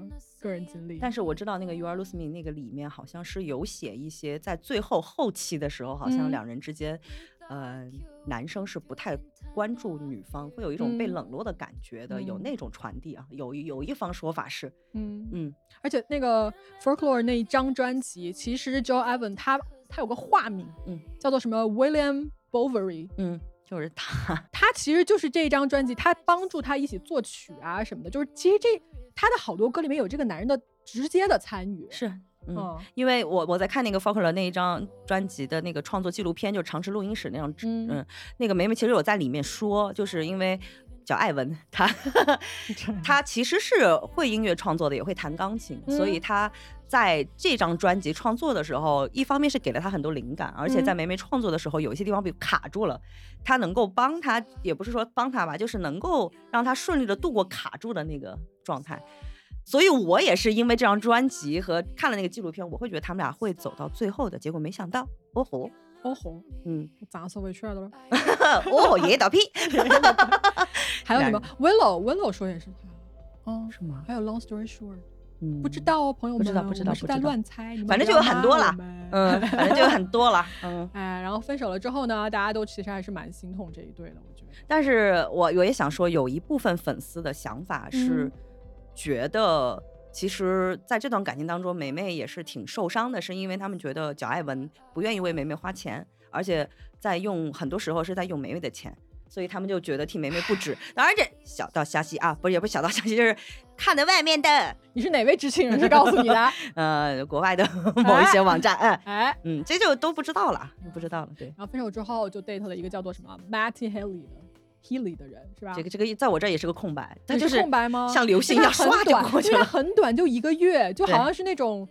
个人经历。但是我知道那个《You Are Losing Me》那个里面好像是有写一些，在最后后期的时候，好像嗯两人之间，呃，男生是不太关注女方，会有一种被嗯冷落的感觉的，有嗯那种传递啊。有有一方说法是，嗯，嗯，而且那个 Folklore 那一张专辑，其实 Joe Evan 他他有个化名，嗯，叫做什么 William Bovary，嗯，就是他， 他其实就是这张专辑，他帮助他一起作曲啊什么的，就是其实这他的好多歌里面有这个男人的直接的参与，是，嗯。嗯因为我我在看那个 Folklore 那一张专辑的那个创作纪录片，就是长池录音室那张，嗯嗯嗯，那个梅梅其实有在里面说，就是因为叫艾文，她她其实是会音乐创作的，也会弹钢琴，所以她在这张专辑创作的时候，一方面是给了她很多灵感，啊而且在嗯梅梅创作的时候，有一些地方被卡住了，她能够帮她，也不是说帮她吧，就是能够让她顺利的度过卡住的那个状态。所以我也是因为这张专辑和看了那个纪录片，我会觉得他们俩会走到最后的，结果没想到，哦吼，哦吼，嗯，咋说回去了？哦爷倒屁，还有什么男 Willow Willow 说也是他，哦，是吗？还有 Long Story Short，嗯，不知，道哦，朋友们，不知道不知我们道是不在知道乱猜，你们反正不就有要很骂多我 啦们嗯，反正就有很多了，嗯。 哎，然后分手了之后呢，大家都其实还是蛮心痛这一对的，我觉得。但是我我也想说，有一部分粉丝的想法是嗯觉得，其实在这段感情当中，梅梅也是挺受伤的，是因为他们觉得蒋爱文不愿意为梅梅花钱，而且在用很多时候是在用梅梅的钱。所以他们就觉得替梅梅不值，当然这小道消息啊，不是也不是小道消息，就是看的外面的，你是哪位知情人士告诉你 的？呃，国啊外的某一些网站，嗯、哎，嗯，这就都不知道了，不知道了，对，然后分手之后就 date 了一个叫做什么 Matty Haley 的 Healy 的人，是吧？这个这个在我这儿也是个空白，它也就是空白吗？像流星一因为样它很唰就短过去因为它了，很短，就一个月，就对好像是那种。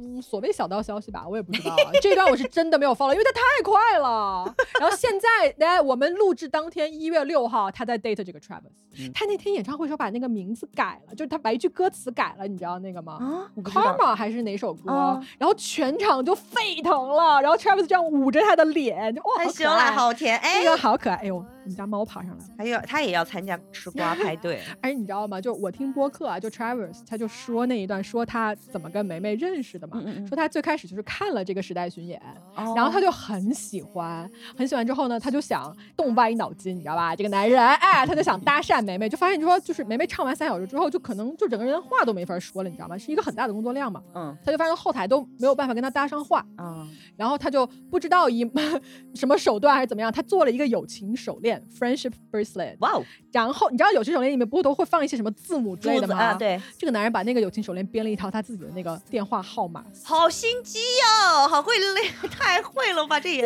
嗯，所谓小道消息吧，我也不知道啊。这段我是真的没有放了，因为它太快了。然后现在，哎，我们录制当天一月六号，他在 date 这个 Travis。嗯他那天演唱会时候把那个名字改了，就是他把一句歌词改了，你知道那个吗？啊，我不知道 Karma 还是哪首歌，哦然后全场就沸腾了，然后 Travis 这样捂着他的脸，就哇，太好凶可了，爱好甜！哎那，个好可爱。哎呦，我们家猫爬上来了。还有他也要参加吃 瓜派对，而且哎你知道吗？就我听播客啊，就 Travers 他就说那一段，说他怎么跟梅梅认识的嘛，说他最开始就是看了这个时代巡演，然后他就很喜欢，很喜欢之后呢，他就想动歪脑筋，你知道吧？这个男人，哎，他就想搭讪梅梅，就发现说就是梅梅唱完三小时之后，就可能就整个人话都没法说了，你知道吗？是一个很大的工作量嘛， 嗯他就发现后台都没有办法跟他搭上话，嗯然后他就不知道以 什么手段还是怎么样，他做了一个友情手链 （friendship bracelet）。哇哦，然后你知道友情手链里面不都会放一些什么字母之类珠的子吗？啊，。对，这个男人把那个友情手链编了一套他自己的那个电话号码。好心机哦，好会累， 太会了吧，这 也，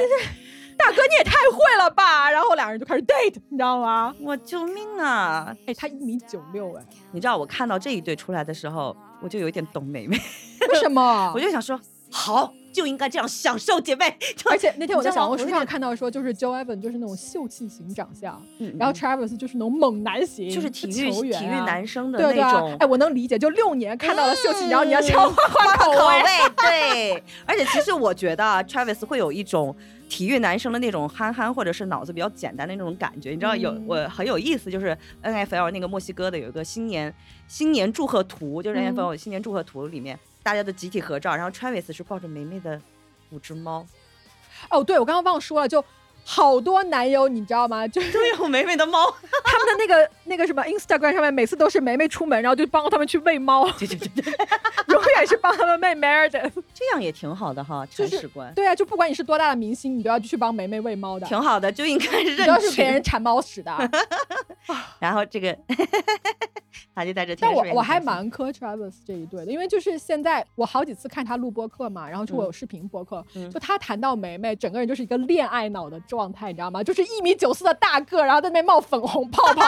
大哥，你也太会了吧！然后两人就开始 date，你知道吗？我救命啊！哎，他一米九六，哎，你知道我看到这一对出来的时候，我就有一点懂妹 妹，为什么？我就想说，好，就应该这样享受姐妹。就而且那天我在小红书你知道吗上看到说，就是 Joe Evan 就是那种秀气型长相，嗯然后 Travis 就是那种猛男型，就是体育、球员啊体育男生的对对那啊种，哎，我能理解，就六年看到了秀气，然后你要嗯这样换换口口味，味，对。而且其实我觉得 啊 Travis 会有一种体育男生的那种憨憨，或者是脑子比较简单的那种感觉。你知道有、嗯我很有意思，就是 NFL 那个墨西哥的有一个新年新年祝贺图，就是嗯 NFL 新年祝贺图里面、大家的集体 合照，然后 Travis 是抱着梅梅的五只猫，哦，对，我刚刚忘说了，就好多男优，你知道吗？就是都有梅梅的猫，他们的那个 那个什么 Instagram 上面，每次都是梅梅出门，然后就帮他们去喂猫， 永远是帮他们喂 Meredith。 这样也挺好的哈，铲 就是屎官。对啊，就不管你是多大的明星，你都要去帮梅梅喂猫的，挺好的，就应该你都要认是被人群。铲猫屎的。 然后这个， 他就在这听但着顺便开我心。我还蛮磕 Travis 这一对的，因为就是现在我好几次看他录播客嘛，然后就我有视频播客，嗯就他谈到梅梅，整个人就是一个恋爱脑的状态，你知道吗？就是一米九四的大个，然后在那边冒粉红泡 泡，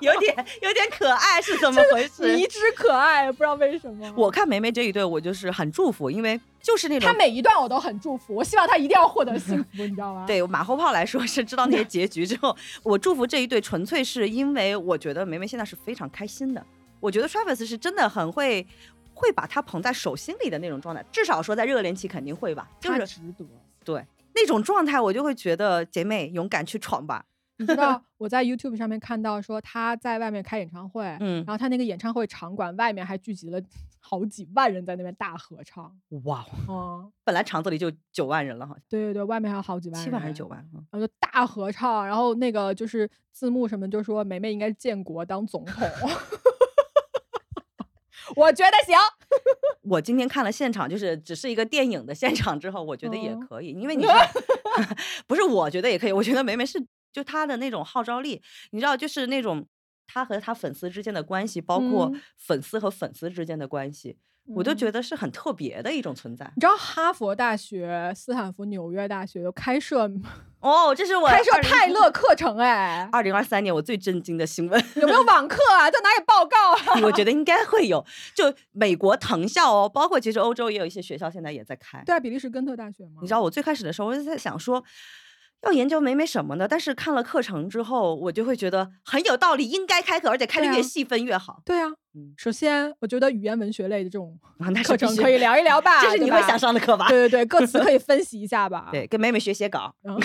有点有点可爱，是怎么回迷事？之可爱，不知道为什么。我看梅梅这一对，我就是很祝福，因为就是那种他每一段我都很祝福，我希望他一定要获得幸福，你知道吗？，对马后炮来说是知道那些结局之 后，我祝福这一对，纯粹是因为我觉得梅梅现在是非常开心的。我觉得 Travis 是真的很会会把她捧在手心里的那种状态，至少说在热恋期肯定会吧，就他是值得。对那种状态，我就会觉得姐妹勇敢去闯吧。你 知道我在 YouTube 上面看到说他在外面开演唱会，嗯然后他那个演唱会场馆外面还聚集了 好几万人在那边大合唱，哇，嗯，本来厂子里就九万人了，好像对对对，外面还有好几万人，七万还是九万？嗯然后就大合唱，然后那个就是字幕什么就说梅梅应该建国当总统， 我觉得行，我今天看了现场，就是只是一个电影的现场之后，我觉得也嗯可以，因为 你看不是我觉得也可以，我觉得梅梅是就她的那种号召力，你知道，就是那种她和她粉丝之间的关系，包括嗯粉丝和粉丝之间的关系，我都嗯觉得是很特别的一种存在。你知道哈佛大学、斯坦福、纽约大学有 开设哦，这是我开设泰勒课程哎，二零二三年我最震惊的新闻。有没有网课啊？在哪里报告啊？我觉得应该会有，就美国藤校哦，包括其实欧洲也有一些学校现在也在开。对啊，比利时根特大学吗？你知道我最开始的时候，我就在想说，要研究美美什么的，但是看了课程之后，我就会觉得很有道理，应该开课，而且开对的啊越细分越好。对啊，嗯首先我觉得语言文学类的这种 啊那是课必程须可以聊一聊吧， 这是你对会吧想上的课吧？对对对，歌词可以分析一下吧。对，跟美美学写稿，嗯，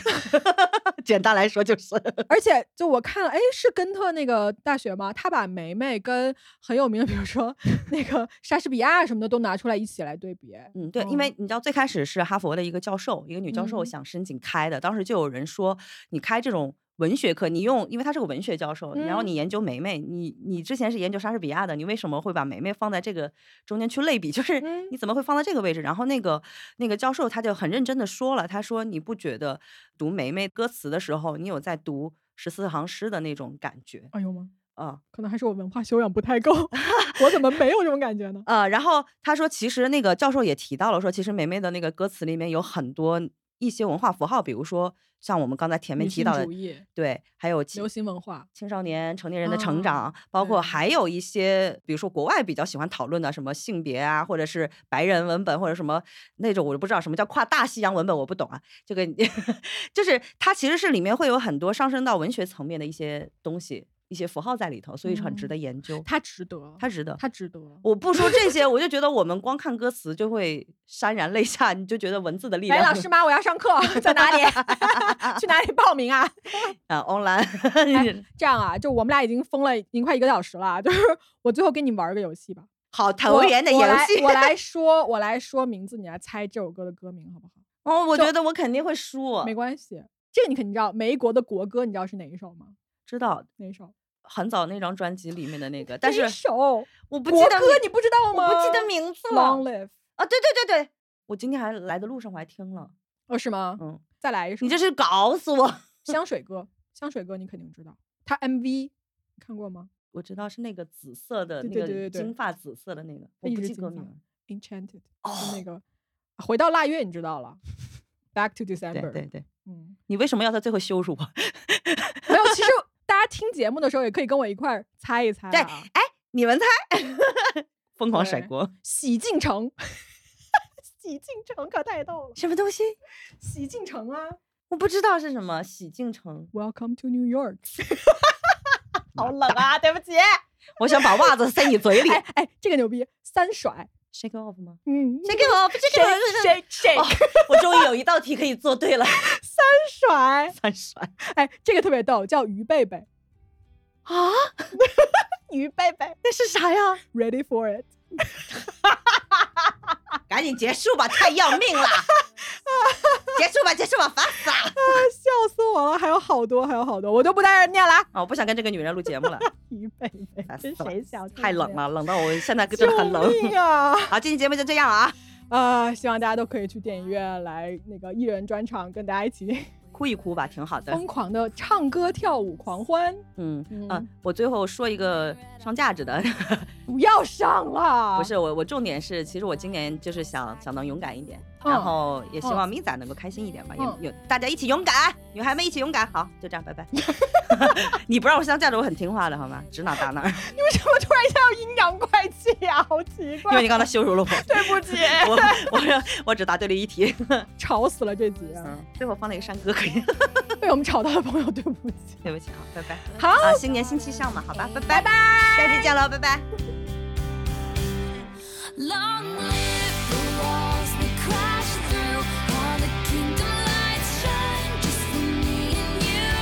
简单来说就是。而且就我看了，哎，是根特那个大学吗？他把梅梅跟很有名的，比 如说那个莎士比亚什么的都拿出来一起来对比。嗯，对，因为你知道最开始是哈佛的一个教授，一个女教授嗯想申请开的，当时就有人说，你开这种文学课，你用，因为他是个文学教授，然后嗯你研究梅梅，你你之前是研究莎士比亚的，你为什么会把梅梅放在这个中间去类比？ 就是嗯你怎么会放在这个位置？然后那个那个教授他就很认真的说了，他说你不觉得读梅梅歌词的时候，你有在读十四行诗的那种感觉哎呦妈，啊？可能还是我文化修养不太 够，我怎么没有这种感觉呢？呃，然后他说，其实那个教授也提到了说，其实梅梅的那个歌词里面有很多一些文化符号，比如说像我们刚才前面女提性到的主，义、对，还有青流行文化，青少年、成年人的成啊长，包括对还有一些，比如说国外比较喜欢讨论的什么性别啊，或者是白人文本，或者什么那种，我都不知道什么叫跨大西洋文本，我不懂啊。这个 就是它其实是里面会有很多上升到文学层面的一些东西、一些符号在里头，所以是很值嗯得研究，它值得，它值得。它值得。我不说这些，我就觉得我们光看歌词就会潸然泪下，你就觉得文字的力喂，量。老师妈，我 要上课，在哪里？ 去哪里报名啊？啊，欧 兰，这样啊，就我们俩已经疯了，已经快一个小时了。啊 就是我最后跟你玩个游戏吧， 好投缘的游我来戏。我 来说，我来说名字，你来猜这首歌的歌名，好不好？哦，我就觉得我肯定会输。没关系，这个你肯定知道。美国的国歌你知道是哪一首吗？知道哪一首？很早那张专辑里面的那个，但哪一是首我不记国得歌名你不知道吗？我不记得名字 Long 了。 Live 啊，对对对对，我今天还来的路上我还听了。哦，是吗？嗯，再来一首。你这是搞死我！ 香水歌，香水歌你肯定知道，它 MV 你看过吗我知道是那个紫色的对那对对对个对金发紫色的那个，我一不直记金歌发名了。 ？Enchanted，就那哦个啊回到腊月你知 道了，Back to 对 December，对对，嗯。你为什么要在最后羞辱我？ 没有，其实大家听节目的时候也可以跟我一块儿猜一猜、啊。对，哎，你们猜， 疯狂甩对锅，洗 净城，洗净城可太逗了，什么东西？洗净城啊我不知道是什么，洗净城。 ，Welcome to New York。好冷啊，对不起，我想把袜子塞你嘴里。哎哎，这个牛逼，三甩， Shake off 吗嗯， ？Shake off，Shake off。谁谁哦我终于有一道题可以做对 了，甩？三甩。哎，这个特别逗，叫于贝贝啊， 于贝贝那是啥呀？ ，Ready for it。 赶紧结束吧，太要命了！结束吧，结束吧，烦死了！啊笑死我了，还有好多，还有好多，我就不在这儿念了啊。啊，我不想跟这个女人录节目了，疲惫，烦死跟了谁想？太冷，了，冷到我现在救真的很冷。命啊！好，今天节目就这样了啊，啊，希望大家都可以去电影院来那个艺人专场，跟大家一起哭一哭吧，挺好的疯。狂的唱歌跳舞狂欢。嗯嗯啊，我最后说一个上价值 的，不要上了，不是我，我重点是，其实我今年就是想想能勇敢一点，嗯然后也希嗯望咪仔能够开心一点吧，嗯也有大家一起勇敢，女孩们一起勇敢。好，就这样，拜 拜。你不让我上价值，我很听话的好吗？指哪打哪 儿，你为什么突然一下要阴阳怪气呀、好奇因为怪，你刚才羞辱了我。对不起，我我我只答对了一题， 吵死了这集，嗯，最后放了一个 山歌，可以，被我们吵到的朋友，对不起。对不起啊，拜拜。好啊，新年新气象嘛，好吧，拜拜，拜拜，下次见了，拜拜。 Long live the walls we crash through. All the kingdom lights shine just for me and you.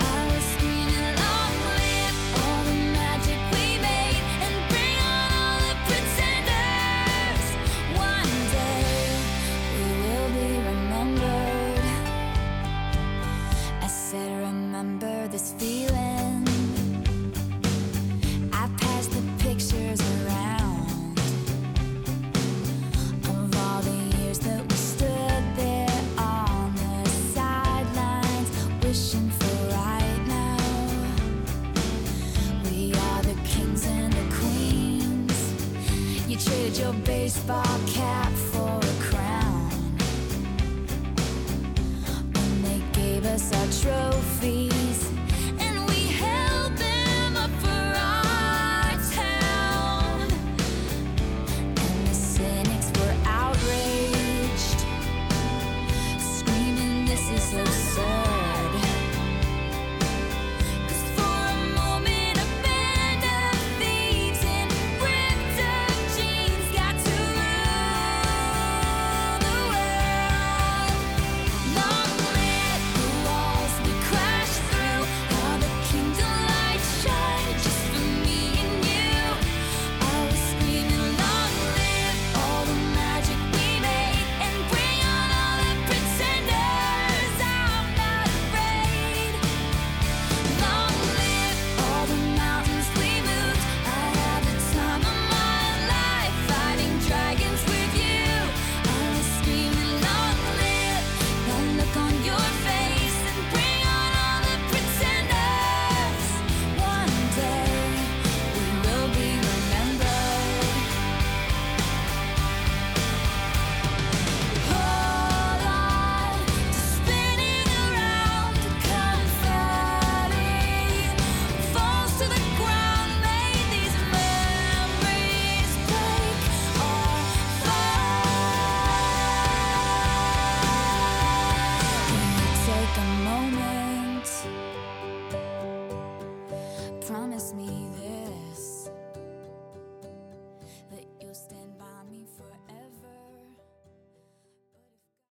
I was screaming, long live all the magic we made, and bring on all the pretenders. One day we will be remembered. I said, remember this feeling. I passed the pictures around of all the years that we stood there on the sidelines, wishing for right now. We are the kings and the queens. You traded your baseball cap for a crown. When they gave us our trophies,